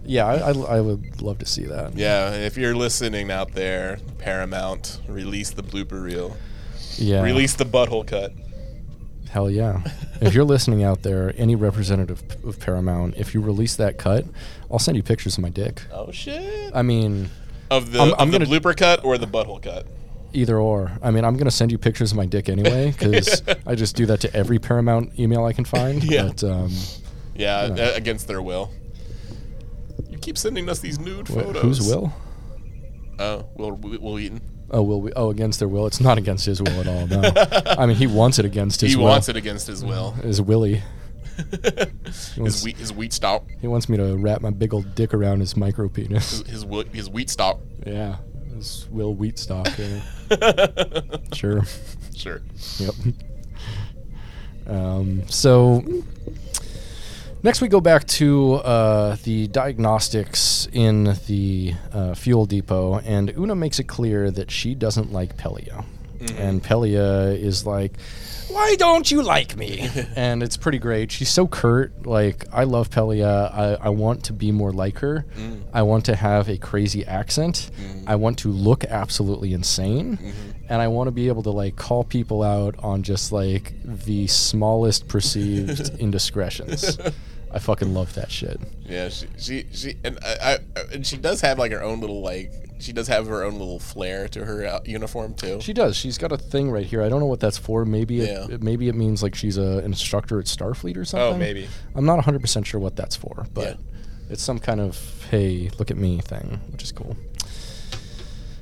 A: yeah, I, I, I would love to see that.
B: Yeah, if you're listening out there, Paramount, release the blooper reel,
A: Yeah,
B: release the butthole cut.
A: Hell yeah. if you're listening out there, any representative p- of Paramount, if you release that cut, I'll send you pictures of my dick.
B: Oh shit!
A: I mean,
B: Of the
A: I'm- I'm
B: of the
A: gonna-
B: blooper cut or the butthole cut.
A: either or. I mean, I'm going to send you pictures of my dick anyway because I just do that to every Paramount email I can find.
B: Yeah.
A: But, um,
B: Yeah, uh, against their will. You keep sending us these nude
A: wh-
B: photos.
A: who's Will?
B: Oh, Will Will Wheaton.
A: Oh, Will. We, oh, against their will. It's not against his will at all. No. I mean, he wants it against his
B: he
A: will.
B: wants it against his will.
A: Is Willie.
B: His wheat, his wheat stout,
A: He wants me to wrap my big old dick around his micro penis.
B: his his, whe- his wheat stout.
A: yeah. It's Will Wheatstock. yeah. sure.
B: Sure.
A: Yep. Um, so next we go back to uh, the diagnostics in the uh, fuel depot, and Una makes it clear that she doesn't like Pelia. And Pelia is like, why don't you like me? and it's pretty great. She's so curt. Like, I love Pelia. I, I want to be more like her. Mm. I want to have a crazy accent. I want to look absolutely insane. and I want to be able to like call people out on just like the smallest perceived indiscretions. I fucking love that shit.
B: Yeah, she, she, she and I, I, and she does have like her own little like she does have her own little flair to her uh, uniform too.
A: She does. She's got a thing right here. I don't know what that's for. Maybe
B: Yeah.
A: it, maybe it means like she's a instructor at Starfleet or something.
B: oh, maybe.
A: I'm not 100% sure what that's for, but
B: Yeah.
A: it's some kind of hey, look at me thing, which is cool.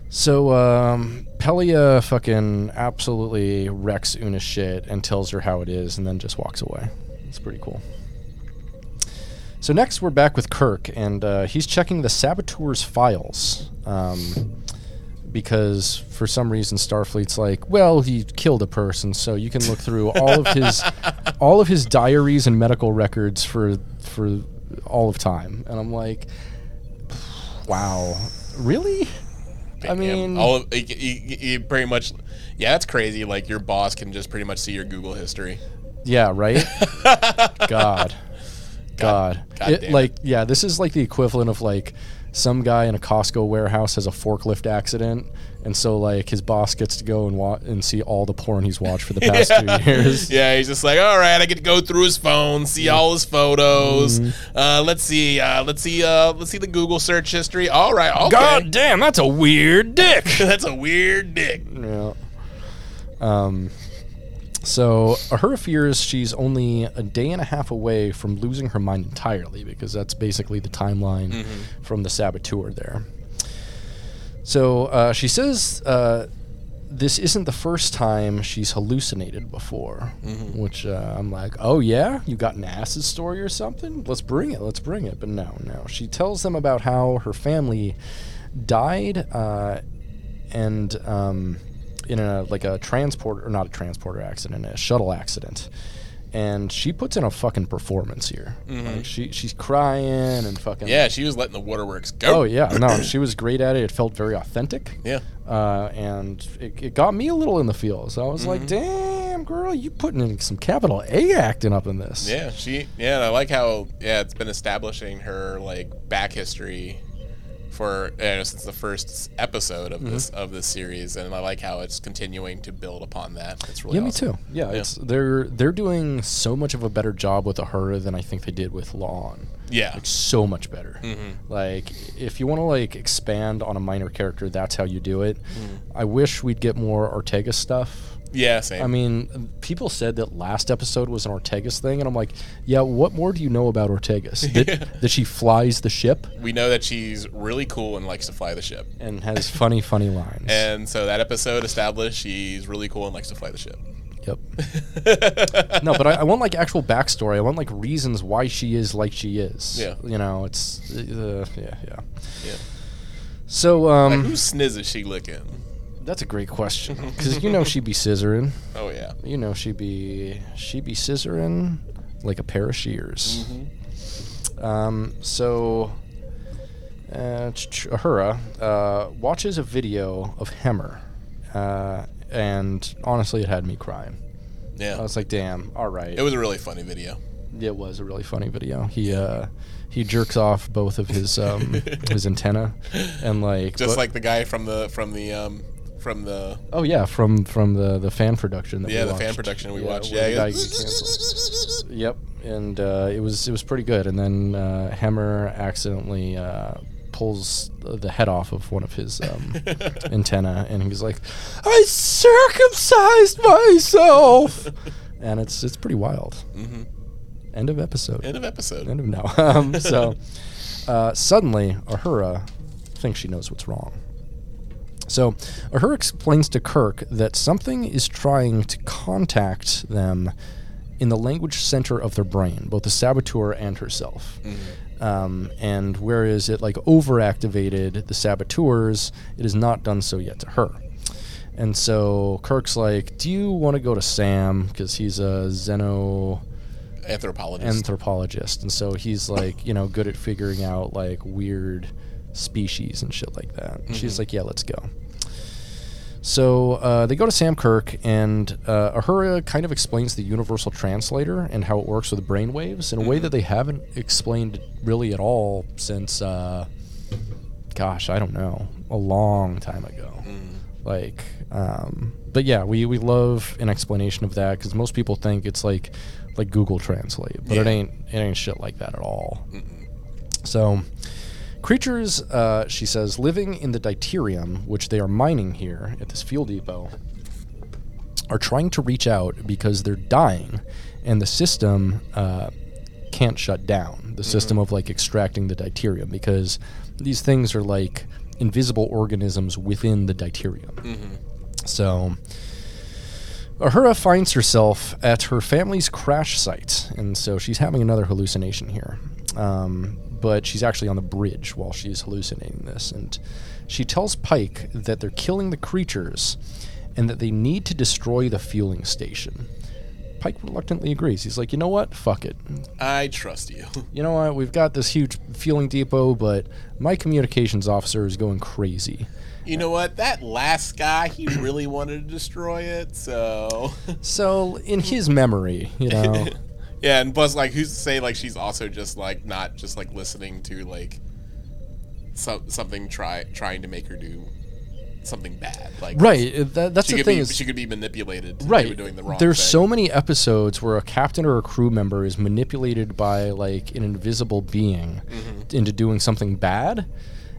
A: So, um, Pelia fucking absolutely wrecks Una's shit and tells her how it is and then just walks away. It's pretty cool. So, next we're back with Kirk, and uh, he's checking the saboteur's files. Um, because for some reason Starfleet's like, well, he killed a person, so you can look through all of his all of his diaries and medical records for for all of time. And I'm like, wow, really? I
B: Yeah,
A: mean,
B: all of you, you, you pretty much. Yeah, that's crazy. Like your boss can just pretty much see your Google history.
A: yeah, right? God. God.
B: God
A: It-
B: damn it.
A: like, yeah, this is like the equivalent of like some guy in a Costco warehouse has a forklift accident, and so like his boss gets to go and wa- and see all the porn he's watched for the past two years.
B: Yeah, he's just like, all right, I get to go through his phone, see all his photos.
A: Mm-hmm.
B: Uh, let's see, uh, let's see, uh, let's see the Google search history. All right, okay.
A: damn, that's a weird dick.
B: that's a weird dick.
A: Yeah. Um, so her fears she's only a day and a half away from losing her mind entirely because that's basically the timeline from the saboteur there. So uh, she says uh, this isn't the first time she's hallucinated before, which uh, I'm like, oh yeah, you got an acid story or something? Let's bring it, let's bring it. But no, no. She tells them about how her family died uh, and um, in a like a transporter or not a transporter accident, a shuttle accident. And she puts in a fucking performance here. Like she she's crying and fucking
B: Yeah, she was letting the waterworks go.
A: Oh yeah, no, she was great at it. It felt very authentic,
B: yeah.
A: uh, and it, it got me a little in the feels. I was like,
B: Mm-hmm.
A: "Damn, girl, you putting in some capital A acting up in this."
B: Yeah, she. Yeah, and I like how. Yeah, it's been establishing her like back history for you know, since the first episode
A: Mm-hmm.
B: of this of this series, and I like how it's continuing to build upon that. It's really
A: yeah, me
B: awesome.
A: too. Yeah, it's they're they're doing so much of a better job with Ahura than I think they did with Lawn.
B: Yeah,
A: like so much better.
B: Mm-hmm.
A: Like if you want to like expand on a minor character, that's how you do it.
B: Mm-hmm.
A: I wish we'd get more Ortega stuff.
B: yeah, same.
A: I mean, people said that last episode was an Ortegas thing, and I'm like, yeah. What more do you know about Ortegas? That, that she flies the ship
B: we know that she's really cool and likes to fly the ship.
A: and has funny, funny lines.
B: And so that episode established she's really cool and likes to fly the ship.
A: Yep. no, but I, I want like actual backstory. I want like reasons why she is like she is.
B: Yeah.
A: You know, it's uh, yeah, yeah.
B: Yeah.
A: So
B: Like,
A: um,
B: whose sniz is she licking?
A: that's a great question because you know she'd be scissoring.
B: Oh yeah.
A: you know she be she be scissoring like a pair of shears.
B: Mm-hmm.
A: Um, so uh, Ch- Ch- Ahura uh, watches a video of Hemmer, uh, and honestly, it had me crying. I
B: Yeah.
A: was like, "Damn, all right."
B: It was a really funny video.
A: It was a really funny video. He uh, he jerks off both of his um, his antenna, and like
B: Just
A: but-
B: like the guy from the from the um from the
A: oh yeah from from the the fan production that we
B: yeah, the fan
A: watched.
B: production we
A: Yeah,
B: watched.
A: where the
B: Yeah.
A: guy gets canceled. Yep, and uh, it was it was pretty good. And then uh, Hammer accidentally uh, pulls the head off of one of his um, antenna, and he's like, "I circumcised myself," and it's it's pretty wild.
B: hmm
A: End of episode.
B: End of episode.
A: End of no. Um, so uh, suddenly, Ahura thinks she knows what's wrong. So Ahura explains to Kirk that something is trying to contact them in the language center of their brain, both the saboteur and herself.
B: Mm-hmm.
A: Um, and whereas it like overactivated the saboteurs, it has not done so yet to her. And so Kirk's like, "Do you want to go to Sam? Because he's a Xeno."
B: Anthropologist.
A: anthropologist and so he's like you know good at figuring out like weird species and shit like that And she's like yeah let's go so uh, they go to sam kirk and uh, ahura kind of explains the universal translator and how it works with brain waves in a way that they haven't explained really at all since uh, gosh i don't know a long time ago like um, but yeah we, we love an explanation of that because most people think it's like like google translate but it
B: Yeah.
A: ain't it ain't shit like that at all
B: Mm-hmm.
A: so creatures uh, she says living in the deuterium which they are mining here at this fuel depot are trying to reach out because they're dying and the system uh, can't shut down the system of like extracting the deuterium because these things are like invisible organisms within the deuterium
B: Mm-hmm.
A: so ahura finds herself at her family's crash site and so she's having another hallucination here um, but she's actually on the bridge while she's hallucinating this and she tells pike that they're killing the creatures and that they need to destroy the fueling station pike reluctantly agrees he's like you know what fuck it
B: I trust you.
A: you know what? We've got this huge fueling depot, but my communications officer is going crazy.
B: You know what? That last guy, he really wanted to destroy it. So,
A: So, in his memory, you know,
B: yeah, and plus, like, who's to say like she's also just like not just like listening to like so, something try trying to make her do something bad. Like,
A: right? uh, That, that's
B: She
A: the
B: could
A: thing
B: be
A: is,
B: she could be manipulated. into
A: right?
B: Doing the wrong.
A: There's
B: thing.
A: so many episodes where a captain or a crew member is manipulated by like an invisible being
B: Mm-hmm.
A: into doing something bad.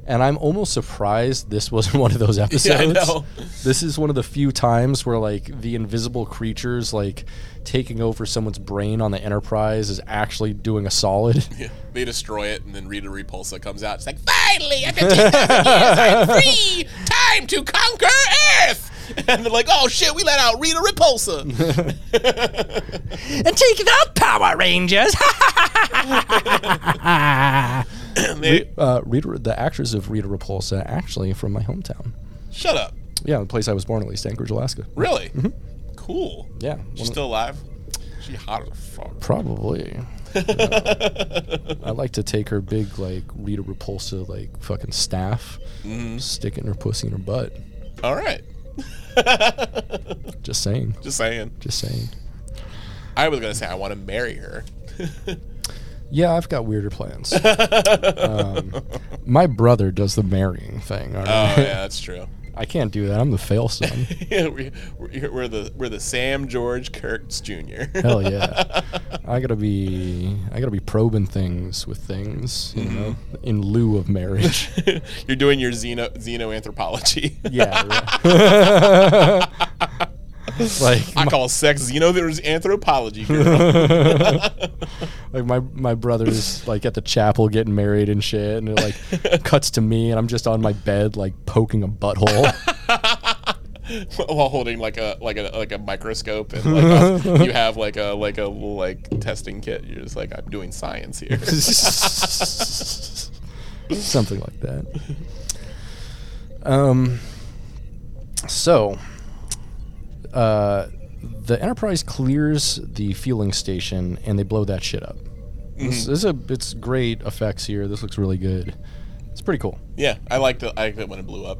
A: And I'm almost surprised this wasn't one of those episodes.
B: know.
A: This is one of the few times where like the invisible creatures like taking over someone's brain on the Enterprise is actually doing a solid.
B: Yeah, they destroy it, and then Rita Repulsa comes out. It's like, finally, after 10,000 years, I'm free! Time to conquer Earth! And they're like, oh shit, we let out Rita Repulsa.
C: And take that, Power Rangers!
B: And they,
A: uh, Rita, the actress of Rita Repulsa, actually from my hometown.
B: Shut up.
A: Yeah, the place I was born, at least Anchorage, Alaska.
B: Really? Cool.
A: Mm-hmm. Yeah, one
B: She's
A: of-
B: still alive? She hot as fuck.
A: probably. Uh, I like to take her big like Rita Repulsa like fucking staff, stick it in her pussy in her butt.
B: All right.
A: Just saying,
B: Just saying.
A: just saying.
B: I was going to say, I want to marry her.
A: Yeah, I've got weirder plans. um, my brother does the marrying thing. all
B: Oh,
A: right?
B: yeah, that's true.
A: I can't do that. I'm the fail son.
B: Yeah, we, we're, we're the we're the Sam George Kirks Jr.
A: Hell yeah. I gotta be I gotta be probing things with things, you know, in lieu of marriage.
B: You're doing your xeno xenoanthropology.
A: yeah. like
B: I
A: my,
B: call sex xeno there's anthropology. Girl.
A: like my my brother's like at the chapel getting married and shit and it like cuts to me and I'm just on my bed like poking a butthole.
B: while holding like a like a like a microscope and like a, you have like a like a little, like testing kit. You're just like I'm doing science here.
A: Something like that. Um, so, uh, the Enterprise clears the fueling station and they blow that shit up. This, this is a, it's great effects here. This looks really good. It's pretty cool.
B: yeah, I liked it. I liked it when it blew up.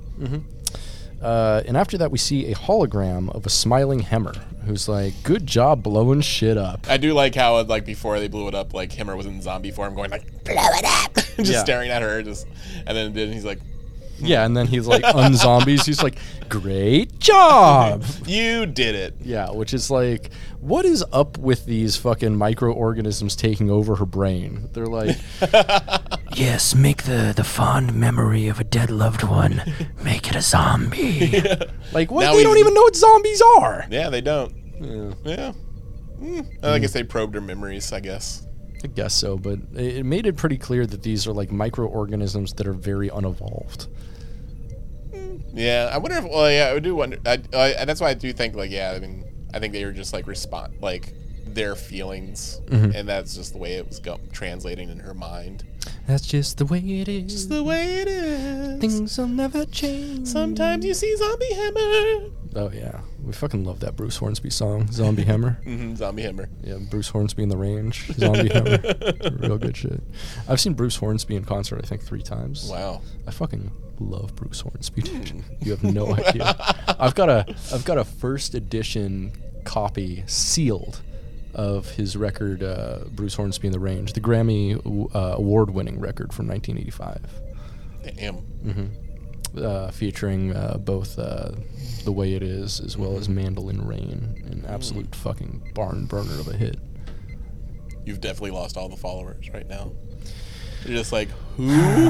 A: Uh, and after that, we see a hologram of a smiling Hemmer who's like, "Good job blowing shit up."
B: I do like how like before they blew it up, like Himmer was in zombie form, going like blow it up, just
A: Yeah.
B: staring at her, just and then, then he's like,
A: Yeah, and then he's like, "Unzombies." He's like, "Great job."
B: "You did it."
A: Yeah, which is like, what is up with these fucking microorganisms taking over her brain? They're like,
C: yes, make the, the fond memory of a dead loved one, make it a zombie.
A: like what?
B: Now
A: they
B: we-
A: don't even know what zombies are.
B: Yeah, they don't. Yeah. Mm, I guess they probed her memories. I guess.
A: I guess so, but it it made it pretty clear that these are like microorganisms that are very unevolved.
B: Yeah, I wonder if. Well, yeah, I do wonder. I, I, and that's why I do think, like, yeah, I mean, I think they were just like respond, like their feelings,
A: Mm-hmm.
B: and that's just the way it was go- translating in her mind.
A: That's just the way it is.
B: It's the way it is.
A: Things will never change.
B: Sometimes you see zombie hammer.
A: Oh yeah, we fucking love that Bruce Hornsby song, "Zombie Hammer."
B: hmm zombie hammer.
A: Yeah, Bruce Hornsby in the range, "Zombie Hammer," real good shit. I've seen Bruce Hornsby in concert, I think, three times.
B: Wow.
A: I fucking love Bruce Hornsby. dude. You have no idea. I've got a I've got a first edition copy sealed of his record uh, Bruce Hornsby in the Range, the Grammy uh, award winning record from 1985.
B: Damn.
A: uh, featuring uh, both uh, "The Way It Is" as well as "Mandolin Rain," an
B: Mm.
A: absolute fucking barn burner of a hit.
B: You've definitely lost all the followers right now. You're just like, who?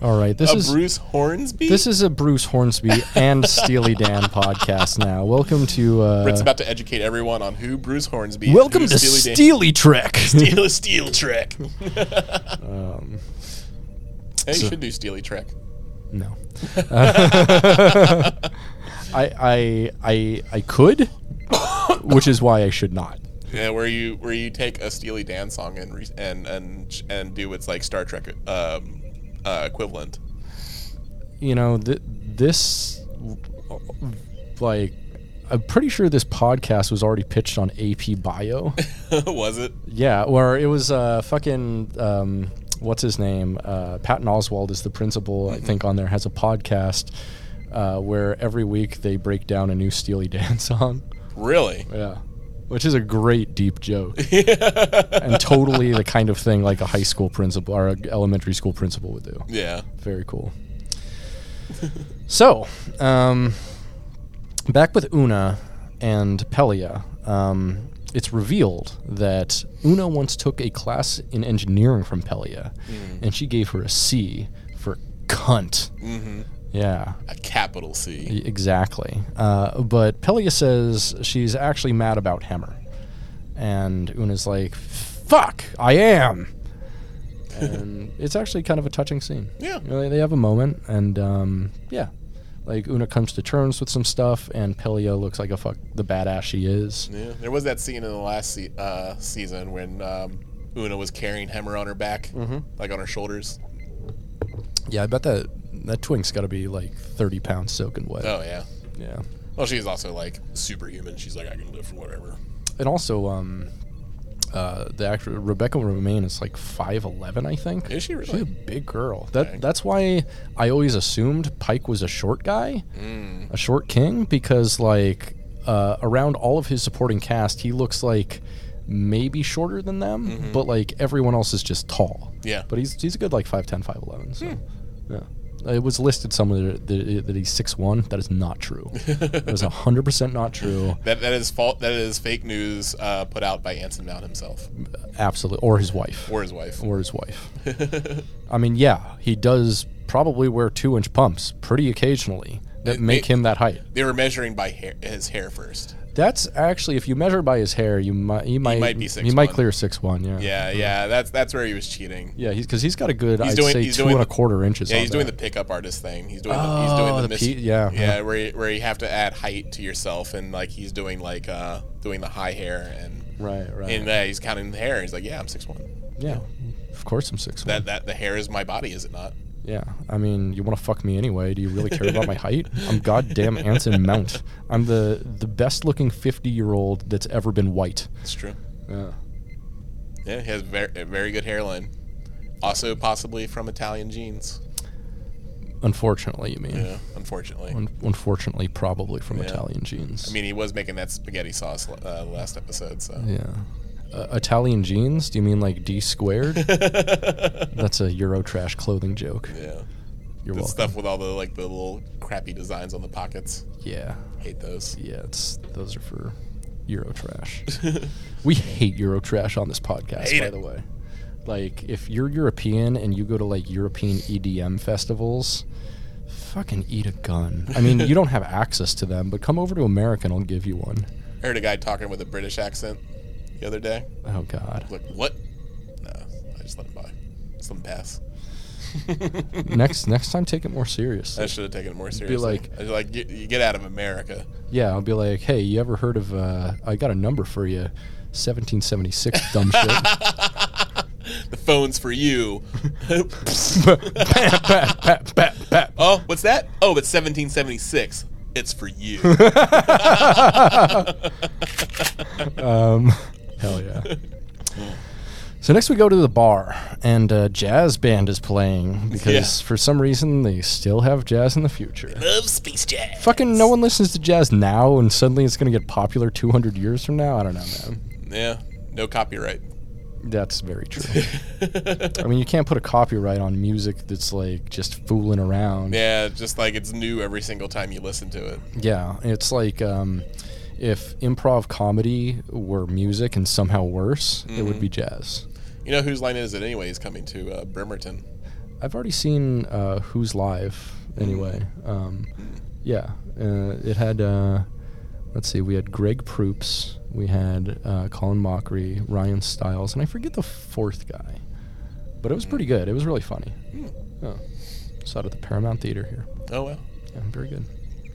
A: All right, this
B: a
A: is
B: Bruce Hornsby?
A: this is a Bruce Hornsby and Steely Dan podcast. Now, welcome to
B: Britt's
A: uh,
B: about to educate everyone on who Bruce Hornsby
A: welcome
B: who's
A: to
B: Dan-
A: Steely Trek.
B: Steel, Steel Trek. Um, hey, you should do Steely Trek.
A: No. Uh, I, I I I could, which is why I should not.
B: Yeah, where you where you take a Steely Dan song and re- and and and do its like Star Trek um, uh, equivalent.
A: You know, th- this like I'm pretty sure this podcast was already pitched on AP Bio.
B: Was it?
A: yeah, where it was uh fucking um what's his name? Uh Patton Oswald is the principal I think on there has a podcast uh, where every week they break down a new Steely Dan song.
B: Really?
A: Yeah. Which is a great deep joke. and totally the kind of thing like a high school principal or a elementary school principal would do.
B: Yeah.
A: Very cool. so, um, back with Una and Pelia, um, it's revealed that Una once took a class in engineering from Pelia, and she gave her a C for cunt. Mm-hmm. Yeah.
B: A capital C.
A: Y- Exactly. Uh, but Pelia says she's actually mad about Hammer. And Una's like, fuck, I am. And it's actually kind of a touching scene.
B: Yeah.
A: You know, they- they have a moment, and um, yeah. Like, Una comes to terms with some stuff, and Pelia looks like a fuck, the badass she is.
B: Yeah. There was that scene in the last se- uh, season when um, Una was carrying Hammer on her back, like on her shoulders.
A: Yeah, I bet that that twink's got to be like 30 pounds soaking wet.
B: Oh yeah.
A: Yeah.
B: Well, she's also like superhuman. She's like, I can live for whatever.
A: And also, um, uh, the actor Rebecca Romaine is like five eleven, I think.
B: Is she
A: She's
B: really?
A: a big girl. That
B: Okay.
A: that's why I always assumed Pike was a short guy,
B: Mm.
A: a short king, because like uh, around all of his supporting cast, he looks like maybe shorter than them,
B: Mm-hmm.
A: but like everyone else is just tall.
B: Yeah.
A: But he's he's a good like 5'10", 5'11", So
B: Hmm.
A: yeah, it was listed somewhere that, that he's six one. That is not true. that is hundred percent not true.
B: That that is fault. That is fake news uh, put out by Anson Mount himself
A: Absolutely, or his wife.
B: or his wife.
A: or his wife. I mean, yeah, he does probably wear two inch pumps pretty occasionally that
B: It-
A: make
B: it-
A: him that height.
B: They were measuring by hair, his hair first.
A: That's actually, if you measure by his hair, you might he might
B: might be
A: he might
B: 6'1".
A: clear six one. Yeah,
B: Yeah, yeah. That's that's where he was cheating.
A: yeah. He's because he's got a good I'd
B: doing-
A: say
B: he's
A: two
B: doing
A: and a
B: the-
A: quarter inches.
B: Yeah,
A: on
B: he's doing the
A: that.
B: pickup artist thing. He's doing the, he's doing
A: Oh,
B: the,
A: the
B: mis-
A: P- yeah,
B: yeah. Where you, where you have to add height to yourself, and like he's doing like uh doing the high hair and
A: right, right.
B: and uh, he's counting the hair. He's like, yeah, I'm six one.
A: yeah, of course I'm six
B: That
A: one.
B: that the hair is my body, is it not?
A: Yeah, I mean, you want to fuck me anyway? Do you really care about my height? I'm goddamn Anson Mount. I'm the the best looking fifty year old that's ever been white.
B: It's true.
A: Yeah.
B: Yeah, he has very very good hairline. Also, possibly from Italian genes.
A: Unfortunately, you mean.
B: Yeah, unfortunately.
A: Un- unfortunately, probably from
B: Yeah.
A: Italian genes.
B: I mean, he was making that spaghetti sauce uh, last episode, so
A: yeah. Uh, Italian jeans? Do you mean like D squared? That's a Euro trash clothing joke.
B: yeah.
A: You're
B: The
A: welcome.
B: stuff with all the like the little crappy designs on the pockets.
A: Yeah,
B: Hate those.
A: yeah. It's those are for Euro trash. we hate Euro trash on this podcast,
B: Hate
A: by
B: it.
A: the way. Like, if you're European and you go to like European EDM festivals, fucking eat a gun. I mean, you don't have access to them, but come over to America and I'll give you one.
B: I heard a guy talking with a British accent the other day.
A: Oh God.
B: Like what? No, I just let him by. Just let him pass.
A: next next time, take it more seriously.
B: I should have taken it more seriously.
A: like-
B: I was like you, you get out of America.
A: Yeah, I'll be like, hey, you ever heard of? Uh, I got a number for you, 1776 dumb shit.
B: The phone's for you.
A: Pat, pat, pat, pat, pat.
B: oh, what's that? Oh, it's 1776. It's for you.
A: Um, hell yeah. So next we go to the bar, and uh, jazz band is playing because
B: Yeah.
A: for some reason they still have jazz in the future.
B: Love space jazz.
A: Fucking no one listens to jazz now, and suddenly it's gonna get popular 200 years from now. I don't know, man.
B: Yeah, no copyright.
A: That's very true. I mean, you can't put a copyright on music that's like just fooling around.
B: Yeah, just like it's new every single time you listen to it.
A: Yeah, it's like um, if improv comedy were music and somehow worse, it would be jazz.
B: You know whose line is it anyway? Is coming to uh, Bremerton.
A: I've already seen uh, Who's Live anyway. Um, yeah, uh, it had. Uh, let's see, we had Greg Proops, we had uh, Colin Mockery, Ryan Stiles, and I forget the fourth guy, but it was pretty good. It was really funny. Oh. It's out at the Paramount Theater here.
B: Oh well.
A: Yeah, very good.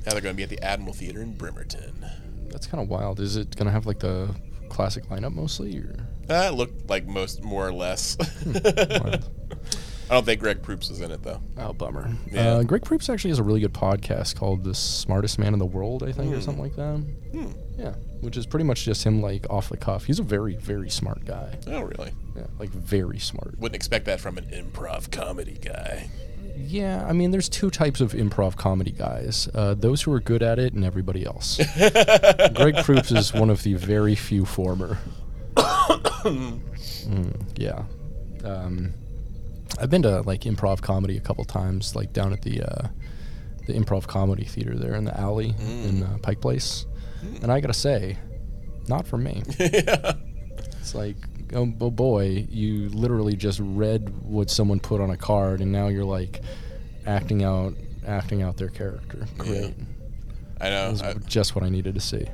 B: Now they're going to be at the Admiral Theater in Bremerton.
A: That's kind of wild. Is it gonna have like the classic lineup mostly, or
B: That looked like most more or less.
A: wild.
B: I don't think Greg Proops is in it though.
A: Oh, bummer.
B: Yeah.
A: Uh, Greg Proops actually has a really good podcast called "The Smartest Man in the World," I think, or something like that. Yeah, which is pretty much just him like off the cuff. He's a very, very smart guy.
B: Oh really?
A: Yeah, like very smart.
B: Wouldn't expect that from an improv comedy guy.
A: Yeah, I mean, there's two types of improv comedy guys: uh, those who are good at it, and everybody else. Greg Proops is one of the very few former. Mm, yeah, um, I've been to like improv comedy a couple times, like down at the uh, the improv comedy theater there in the alley in uh, Pike Place, and I gotta say, not for me. It's like, oh, b- boy, you literally just read what someone put on a card, and now you're like acting out, acting out their character. Great,
B: I know.
A: That's
B: I,
A: just what I needed to see.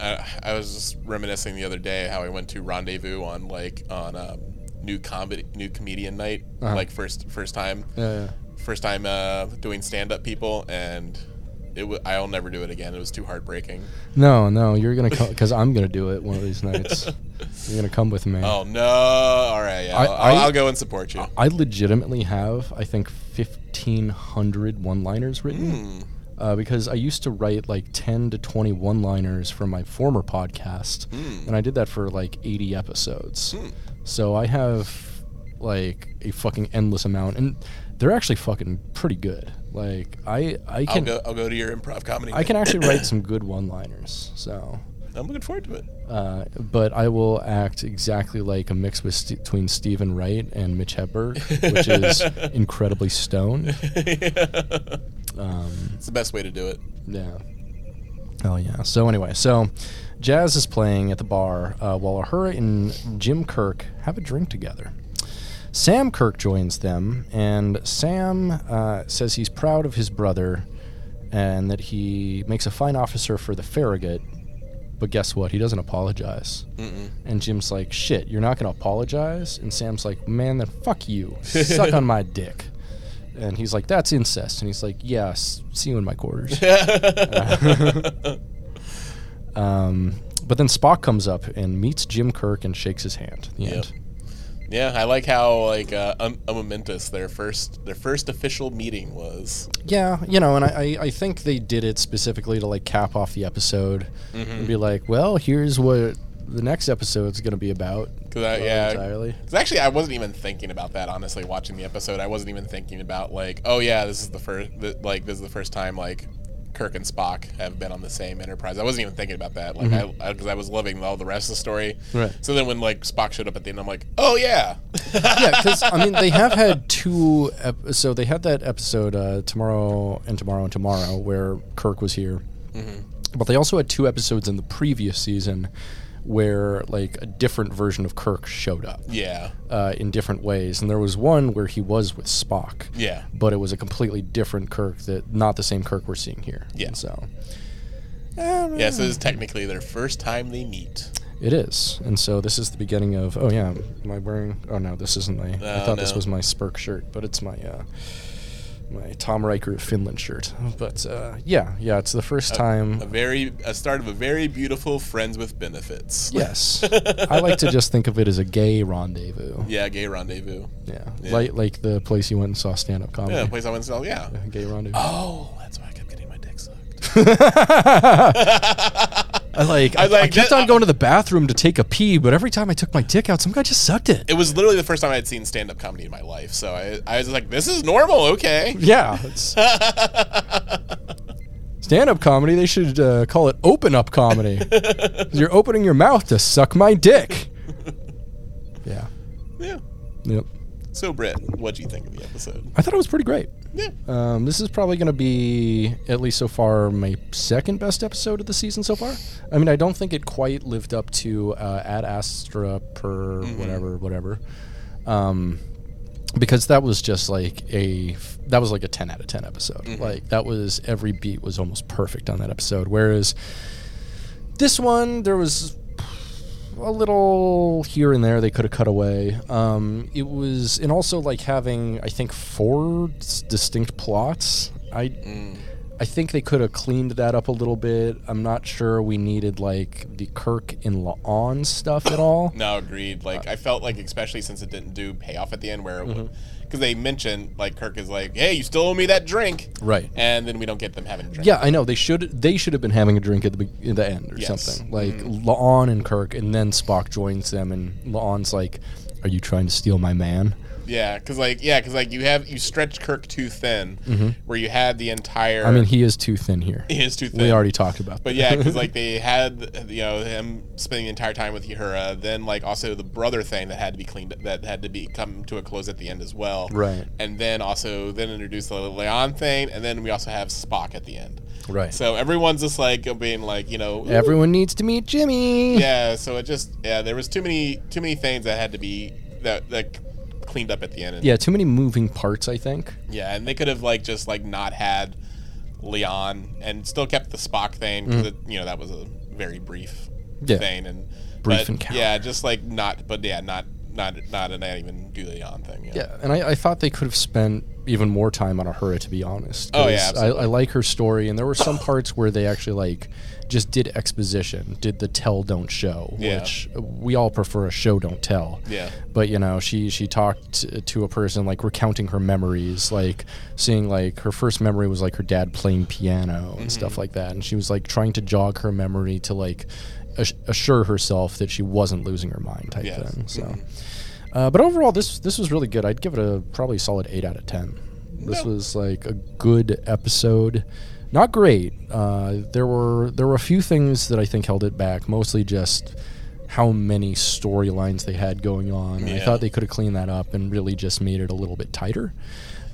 B: I, I was just reminiscing the other day how I went to Rendezvous on like on um, new comedy new comedian night,
A: Uh-huh.
B: like first first time,
A: Yeah,
B: first time uh, doing stand up people, and it w- I'll never do it again. It was too heartbreaking.
A: no, no, you're gonna come because I'm gonna do it one of these nights. You're gonna come with me.
B: Oh no! All right, yeah,
A: I-
B: I'll,
A: I-
B: I'll,
A: Uh,
B: I'll go and support you.
A: I legitimately have, I think, 1,500 one liners
B: Hmm.
A: written. Uh, because I used to write like 10 to 20 one liners for my former podcast. And I did that for like 80
B: Hmm.
A: episodes. So I have like a fucking endless amount. And they're actually fucking pretty good. Like, I, I
B: I'll
A: can.
B: go. I'll go to your improv comedy.
A: I can actually write some good one-liners, so.
B: I'm looking forward to it.
A: Uh, but I will act exactly like a mix with Ste between Stephen Wright and Mitch Hedberg, which is incredibly stoned. Um,
B: It's the best way to do it.
A: Yeah. Oh yeah. So anyway, so Jazz is playing at the bar uh, while Ahura and Jim Kirk have a drink together. Sam Kirk joins them, and Sam uh, says he's proud of his brother and that he makes a fine officer for the Farragut. But guess what? He doesn't apologize. And Jim's like, "Shit, you're not gonna apologize." And Sam's like, "Man, then fuck you. Suck on my dick." And he's like, "That's incest." And he's like, "Yes, see you in my quarters." Um, but then Spock comes up and meets Jim Kirk and shakes his hand. The end.
B: Yeah, I like how like uh, um, uh, momentous their first their first official meeting was.
A: Yeah, you know, and I, I, I think they did it specifically to like cap off the episode and be like, well, here's what the next episode's going to be about.
B: 'Cause I,
A: uh,
B: yeah,
A: entirely.
B: 'Cause actually, I wasn't even thinking about that. Honestly, watching the episode, I wasn't even thinking about like, oh yeah, this is the first th- like this is the first time like Kirk and Spock have been on the same Enterprise. I wasn't even thinking about that. Like, because I, because I was loving all the rest of the story.
A: Right.
B: So then when like Spock showed up at the end, I'm like, oh yeah,
A: yeah, because I mean, they have had two. Ep- so they had that episode uh, tomorrow and tomorrow and tomorrow where Kirk was here, but they also had two episodes in the previous season where like a different version of Kirk showed up.
B: yeah,
A: uh, in different ways. And there was one where he was with Spock.
B: Yeah.
A: But it was a completely different Kirk that not the same Kirk we're seeing here.
B: Yeah.
A: So
B: yeah. So this is technically their first time they meet.
A: it is. And so this is the beginning of oh yeah, am I wearing oh no, this isn't my I
B: Oh,
A: thought this
B: no.
A: was my Spurk shirt, but it's my uh my Tom Riker of Finland shirt. But uh, yeah, yeah, it's the
B: Uh,
A: first time
B: A very a start of a very beautiful friends with benefits.
A: Yes. I like to just think of it as a gay rendezvous.
B: Yeah, gay rendezvous.
A: Yeah. Like like the place you went and saw stand up comedy.
B: Yeah, the place I went to. Yeah.
A: Gay rendezvous.
B: Oh, that's why I kept getting my dick sucked.
A: I like I,
B: I like
A: I kept
B: that-
A: on going to the bathroom to take a pee, but every time I took my dick out, some guy just sucked it.
B: It was literally the first time I had seen stand up comedy in my life, so I, I was like, this is normal, okay.
A: Yeah. It's Stand-up comedy. They should uh, call it open-up comedy. You're opening your mouth to suck my dick. Yeah. Yep.
B: So, Britt, what'd you think of the episode?
A: I thought it was pretty great.
B: Yeah.
A: Um, this is probably going to be, at least so far, my second best episode of the season so far. I mean, I don't think it quite lived up to uh, Ad Astra per whatever, whatever, um, because that was just like a f- that was like a ten out of ten episode. Like that was every beat was almost perfect on that episode. Whereas this one, there was a little here and there they could have cut away. Um, it was, and also like having I think four s- distinct plots. I I think they could have cleaned that up a little bit. I'm not sure we needed like the Kirk and Laon stuff at all.
B: No, agreed. Like I felt like, especially since it didn't do payoff at the end, where it would,
A: Mm-hmm.
B: because they mentioned like Kirk is like, "Hey, you still owe me that drink,"
A: Right.
B: and then we don't get them having a drink.
A: Yeah, I know they should. They should have been having a drink at the be- at the end or
B: Yes. Mm-hmm.
A: something. Like Laon and Kirk, and then Spock joins them, and Laon's like, "Are you trying to steal my man?"
B: yeah, because like yeah, because like you have you stretch Kirk too thin, where you had the entire.
A: Mm-hmm. I mean, he is too thin here.
B: he is too thin.
A: We already talked about.
B: But
A: that.
B: yeah, because like they had you know him spending the entire time with Uhura, then like also the brother thing that had to be cleaned that had to be come to a close at the end as well.
A: Right.
B: And then also then introduce the Leon thing, and then we also have Spock at the end.
A: Right.
B: So everyone's just like being like you know. "Ooh."
A: Everyone needs to meet Jimmy.
B: yeah. So it just yeah there was too many too many things that had to be that that cleaned up at the end. And,
A: Yeah, too many moving parts, I think.
B: Yeah, and they could have like just like not had Leon and still kept the Spock thing because you know that was a very brief
A: Mm-hmm. Yeah.
B: thing and
A: Brief
B: but,
A: encounter.
B: Yeah, just like not, but yeah, not not not and not even do the Leon thing. Yeah.
A: Yeah, and I, I thought they could have spent even more time on Ahura, to be honest.
B: Oh, yeah,
A: 'cause I, I like her story, and there were some parts where they actually like just did exposition, did the tell don't show,
B: Yeah.
A: which we all prefer a show don't tell.
B: Yeah.
A: But you know, she she talked to a person like recounting her memories, like seeing like her first memory was like her dad playing piano
B: Mm-hmm.
A: and stuff like that, and she was like trying to jog her memory to like ass- assure herself that she wasn't losing her mind type
B: Yes. Mm-hmm.
A: thing. So. Uh, but overall, this this was really good. I'd give it a probably solid eight out of ten. This
B: Yeah.
A: was like a good episode, not great. Uh, there were there were a few things that I think held it back, mostly just how many storylines they had going on. And I
B: Yeah.
A: thought they could have cleaned that up and really just made it a little bit tighter.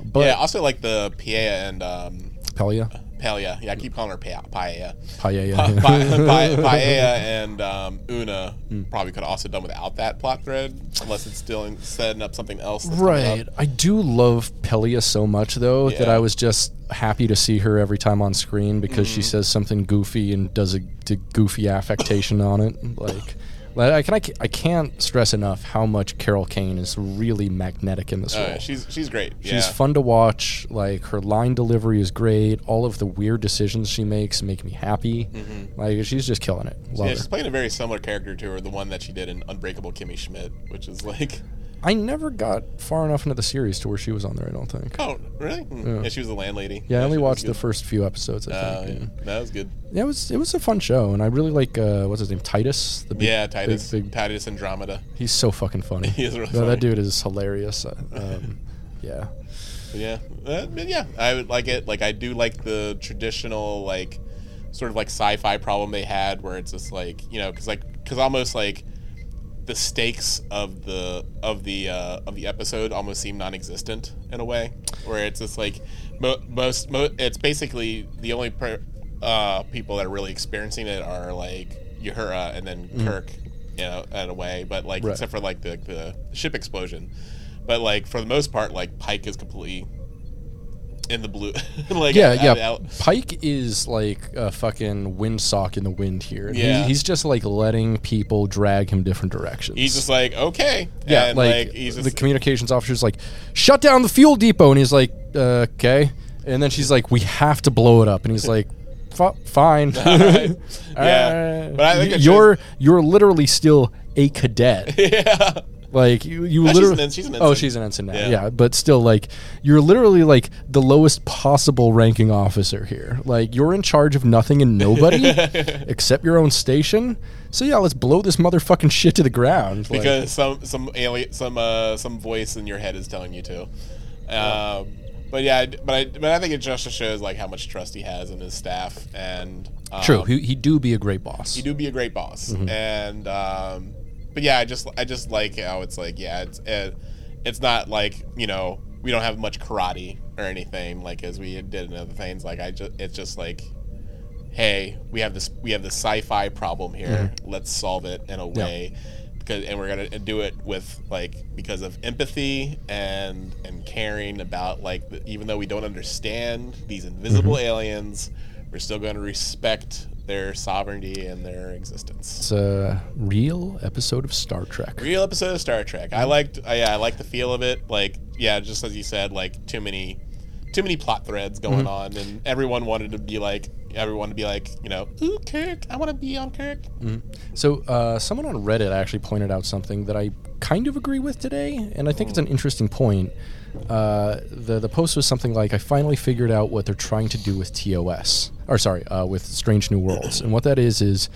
A: But
B: Yeah, Also like the Pia and um,
A: Pelia,
B: Palia. Yeah, I keep calling her Pia. Pia.
A: Paella,
B: Pa-
A: yeah.
B: Pa- Pa- Paella and um, Una
A: Hmm.
B: probably could have also done without that plot thread, unless it's still in, setting up something else. that's coming up.
A: Right. I do love Pelia so much, though, that
B: Yeah.
A: I was just happy to see her every time on screen because
B: Mm.
A: she says something goofy and does a, d- goofy affectation on it. Like, like, I, can, I, ca- I can't stress enough how much Carol Kane is really magnetic in this
B: Oh,
A: role.
B: yeah, she's she's great. yeah.
A: She's fun to watch. Like her line delivery is great. All of the weird decisions she makes make me happy. Like she's just killing it. Love
B: Yeah,
A: her.
B: Mm-hmm. she's playing a very similar character to her, the one that she did in Unbreakable Kimmy Schmidt, which is like,
A: I never got far enough into the series to where she was on there. I don't think.
B: oh, really? Yeah, she was the landlady.
A: Yeah, I only
B: she was
A: watched the
B: good.
A: first few episodes. I
B: Oh,
A: think.
B: yeah.
A: and-
B: That was good.
A: Yeah, it was it was a fun show, and I really like uh, what's his name, Titus. The big,
B: Yeah, Titus,
A: big- big-
B: Titus Andromeda.
A: he's so fucking funny.
B: He is really
A: No, That
B: funny.
A: dude is hilarious. Uh, Um, yeah,
B: But yeah, uh, but yeah, I would like it. Like I do like the traditional like sort of like sci-fi problem they had, where it's just like you know, because like because almost like the stakes of the of the uh, of the episode almost seem non-existent in a way, where it's just like mo- most mo- it's basically the only per- uh, people that are really experiencing it are like Uhura and then Kirk, you know, in a way. But like
A: Mm. Right.
B: except for like the, the ship explosion, but like for the most part, like Pike is completely in the blue. like
A: yeah,
B: out-
A: yeah.
B: out-
A: Pike is like a fucking windsock in the wind here. He-
B: Yeah.
A: he's just like letting people drag him different directions.
B: He's just like okay,
A: yeah,
B: and,
A: like,
B: he's
A: the
B: just
A: communications officer's like, shut down the fuel depot, and he's like, uh, okay, and then she's like, we have to blow it up, and he's like. "Fi- Fine.
B: right. Yeah.
A: Uh,
B: But I think
A: y-
B: it
A: you're you're literally still a cadet.
B: yeah.
A: Like you, you
B: she's
A: literally.
B: an en- she's an
A: Oh,
B: ensign.
A: she's an ensign now. Yeah.
B: Yeah.
A: but still, like you're literally like the lowest possible ranking officer here. Like you're in charge of nothing and nobody except your own station. So yeah, let's blow this motherfucking shit to the ground. Like,
B: because some some alien some uh some voice in your head is telling you to. Um, but yeah, I d- but I but I think it just shows like how much trust he has in his staff and um,
A: true, he he do be a great boss.
B: you do be a great boss and um but yeah i just i just like how it's like yeah it's it, it's not like you know we don't have much karate or anything like as we did in other things. Like I just it's just like, hey, we have this we have this sci-fi problem here. Let's solve it in a way. Because, and we're gonna do it with like because of empathy and and caring about like the, even though we don't understand these invisible aliens, we're still going to respect their sovereignty and their existence
A: It's a real episode of Star Trek.
B: real episode of Star Trek. I liked, uh, yeah, I liked the feel of it. Like, yeah, just as you said, like too many, too many plot threads going on, and everyone wanted to be like, everyone to be like, you know, ooh, Kirk, I want to be on Kirk.
A: So, uh, someone on Reddit actually pointed out something that I kind of agree with today, and I think it's an interesting point. Uh, the the post was something like, "I finally figured out what they're trying to do with TOS, or sorry, uh, with Strange New Worlds, and what that is is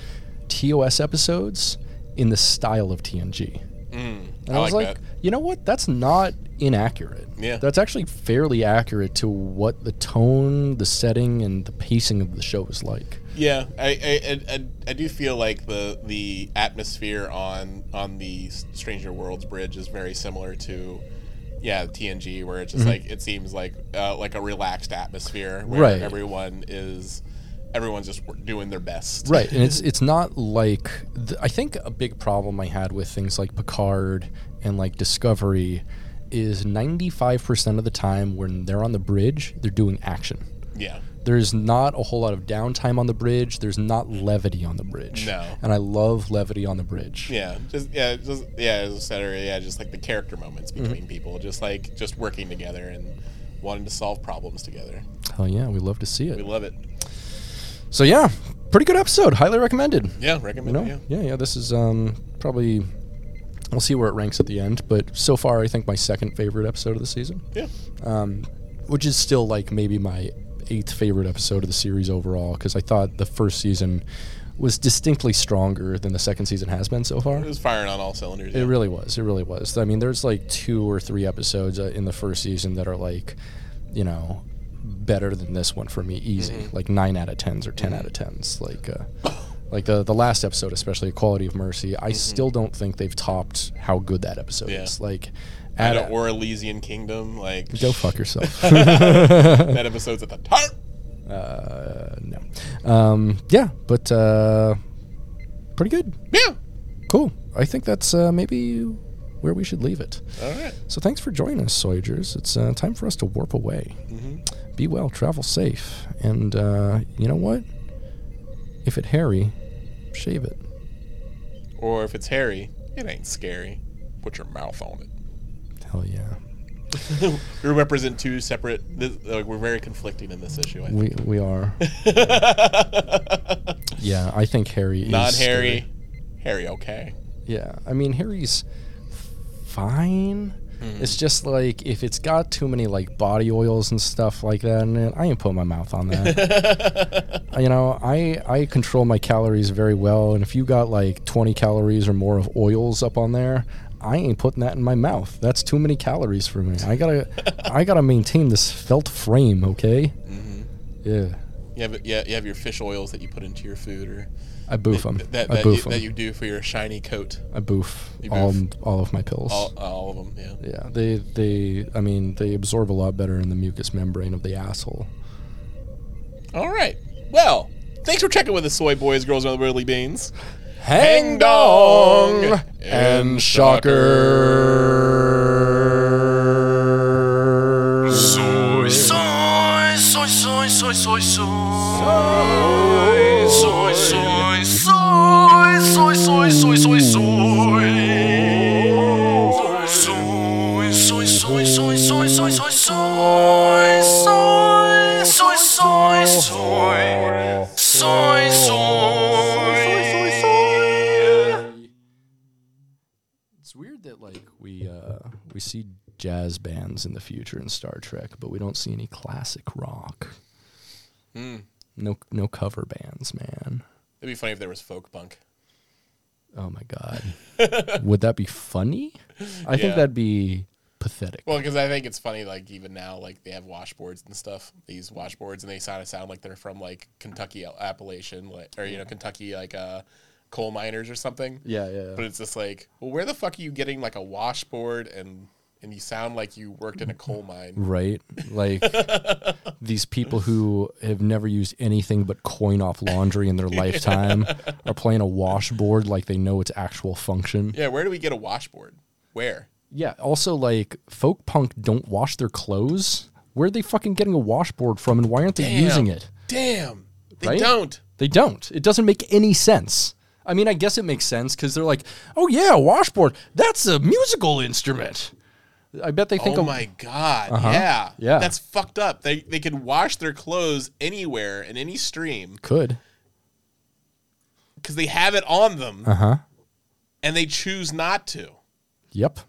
A: TOS episodes in the style of TNG." And I,
B: Mm, I
A: was
B: like
A: like,
B: that.
A: you know what? That's not inaccurate.
B: Yeah.
A: That's actually fairly accurate to what the tone, the setting, and the pacing of the show is like.
B: Yeah, I, I, I- I, I do feel like the the atmosphere on on the Stranger Worlds bridge is very similar to. Yeah, TNG, where it's just
A: Mm-hmm.
B: like it seems like uh, like a relaxed atmosphere where
A: Right.
B: everyone is, everyone's just doing their best.
A: right and it's it's not like th- i think a big problem i had with things like picard and like discovery is 95% of the time when they're on the bridge they're doing action
B: Yeah.
A: there's not a whole lot of downtime on the bridge there's not levity on the bridge
B: No.
A: and i love levity on the bridge
B: Yeah, just yeah, just yeah, as I said earlier, yeah, just like the character moments
A: Mm-hmm.
B: between people, just like just working together and wanting to solve problems together.
A: oh yeah we love to see
B: We
A: it
B: love it.
A: so yeah pretty good episode highly recommended
B: Yeah,
A: you
B: recommend
A: know
B: it. Yeah.
A: yeah yeah this is um probably we'll see where it ranks at the end but so far i think my second favorite episode of the season
B: Yeah.
A: which is still like maybe my eighth favorite episode of the series overall because I thought the first season was distinctly stronger than the second season has been so far.
B: It was firing on all cylinders.
A: It
B: yeah.
A: really was. It really was. I mean, there's like two or three episodes uh, in the first season that are like, you know, better than this one for me, easy. Like nine out of tens or 10 out of tens. Like, uh, like the the last episode, especially Equality of Mercy. I still don't think they've topped how good that episode
B: Yeah.
A: is. Like,
B: Out
A: at
B: of or Elysian Kingdom, like
A: go fuck yourself.
B: that episode's at the top.
A: Uh, no. Um, yeah, but uh, pretty good.
B: Yeah.
A: Cool. I think that's uh, maybe where we should leave it.
B: All right.
A: So thanks for joining us, Soyagers. It's uh, time for us to warp away.
B: Mm-hmm.
A: Be well, travel safe, and uh, you know what? If it hairy, shave it.
B: Or if it's hairy, it ain't scary. Put your mouth on it.
A: Hell yeah.
B: We represent two separate. This, like we're very conflicting in this issue. I think.
A: We we are. yeah, I think hairy is
B: Not
A: scary.
B: hairy. Hairy, okay.
A: Yeah, I mean Harry's fine.
B: Mm-hmm.
A: It's just like if it's got too many like body oils and stuff like that in it, I ain't put my mouth on that. Uh, you know, I I control my calories very well, and if you got like 20 calories or more of oils up on there, I ain't putting that in my mouth. That's too many calories for me. I gotta I gotta maintain this felt frame, okay?
B: Mm-hmm.
A: Yeah,
B: You have yeah, you have your fish oils that you put into your food, or
A: I boof them.
B: that that,
A: I
B: that,
A: boof
B: you,
A: them.
B: that you do for your shiny coat.
A: I boof
B: you
A: all
B: boof.
A: all of my pills.
B: All, all of them, yeah.
A: Yeah, they they I mean they absorb a lot better in the mucous membrane of the asshole.
B: All right. Well, thanks for checking with us, soy boys, girls, and other worldly beans.
A: Hang
B: dong and
A: shocker.
D: Soy, soy, soy, soy, soy, soy, soy. Soy, soy, soy, soy, soy, soy, soy, soy. Soy, soy, soy, soy, soy, soy, soy, soy. Soy, soy, soy, soy. Soy, soy.
A: It's weird that like we uh, we see jazz bands in the future in Star Trek, but we don't see any classic rock.
B: Hmm.
A: No no cover bands, man.
B: It'd be funny if there was folk punk.
A: Oh my god. Would that be funny? I
B: Yeah.
A: think that'd be pathetic.
B: Well, because I think it's funny, like even now, like they have washboards and stuff. They use washboards, and they sound sound like they're from like Kentucky Appalachian, like, or you know, Kentucky like uh, coal miners or something.
A: yeah, yeah.
B: But it's just like, well, where the fuck are you getting like a washboard and and you sound like you worked in a coal mine.
A: right? Like these people who have never used anything but coin off laundry in their lifetime are playing a washboard like they know its actual function.
B: Yeah, where do we get a washboard? Where?
A: Yeah. Also, like folk punk don't wash their clothes. Where are they fucking getting a washboard from, and why aren't they using it?
B: Damn, they
A: Right?
B: don't.
A: They don't. It doesn't make any sense. I mean, I guess it makes sense because they're like, oh yeah, washboard. That's a musical instrument. I bet they think.
B: oh
A: a-
B: my god! Yeah,
A: Yeah.
B: That's fucked up. They they could wash their clothes anywhere in any stream
A: Could.
B: because they have it on them,
A: Uh huh.
B: and they choose not to.
A: Yep.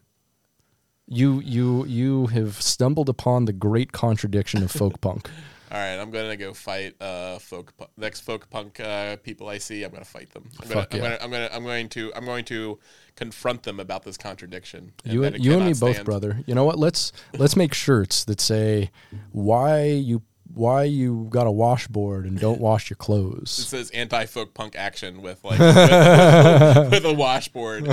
A: You you you have stumbled upon the great contradiction of folk punk.
B: All right, I'm gonna go fight uh, folk pu- next folk punk uh, people I see. I'm gonna fight them. I'm gonna,
A: Fuck
B: I'm,
A: yeah.
B: gonna, I'm gonna I'm going to I'm going to confront them about this contradiction.
A: You
B: that
A: and,
B: it
A: you and me
B: cannot
A: both,
B: stand.
A: brother. You know what? Let's let's make shirts that say why you why you got a washboard and don't wash your
B: It
A: clothes.
B: says anti folk punk action with like with, with a washboard.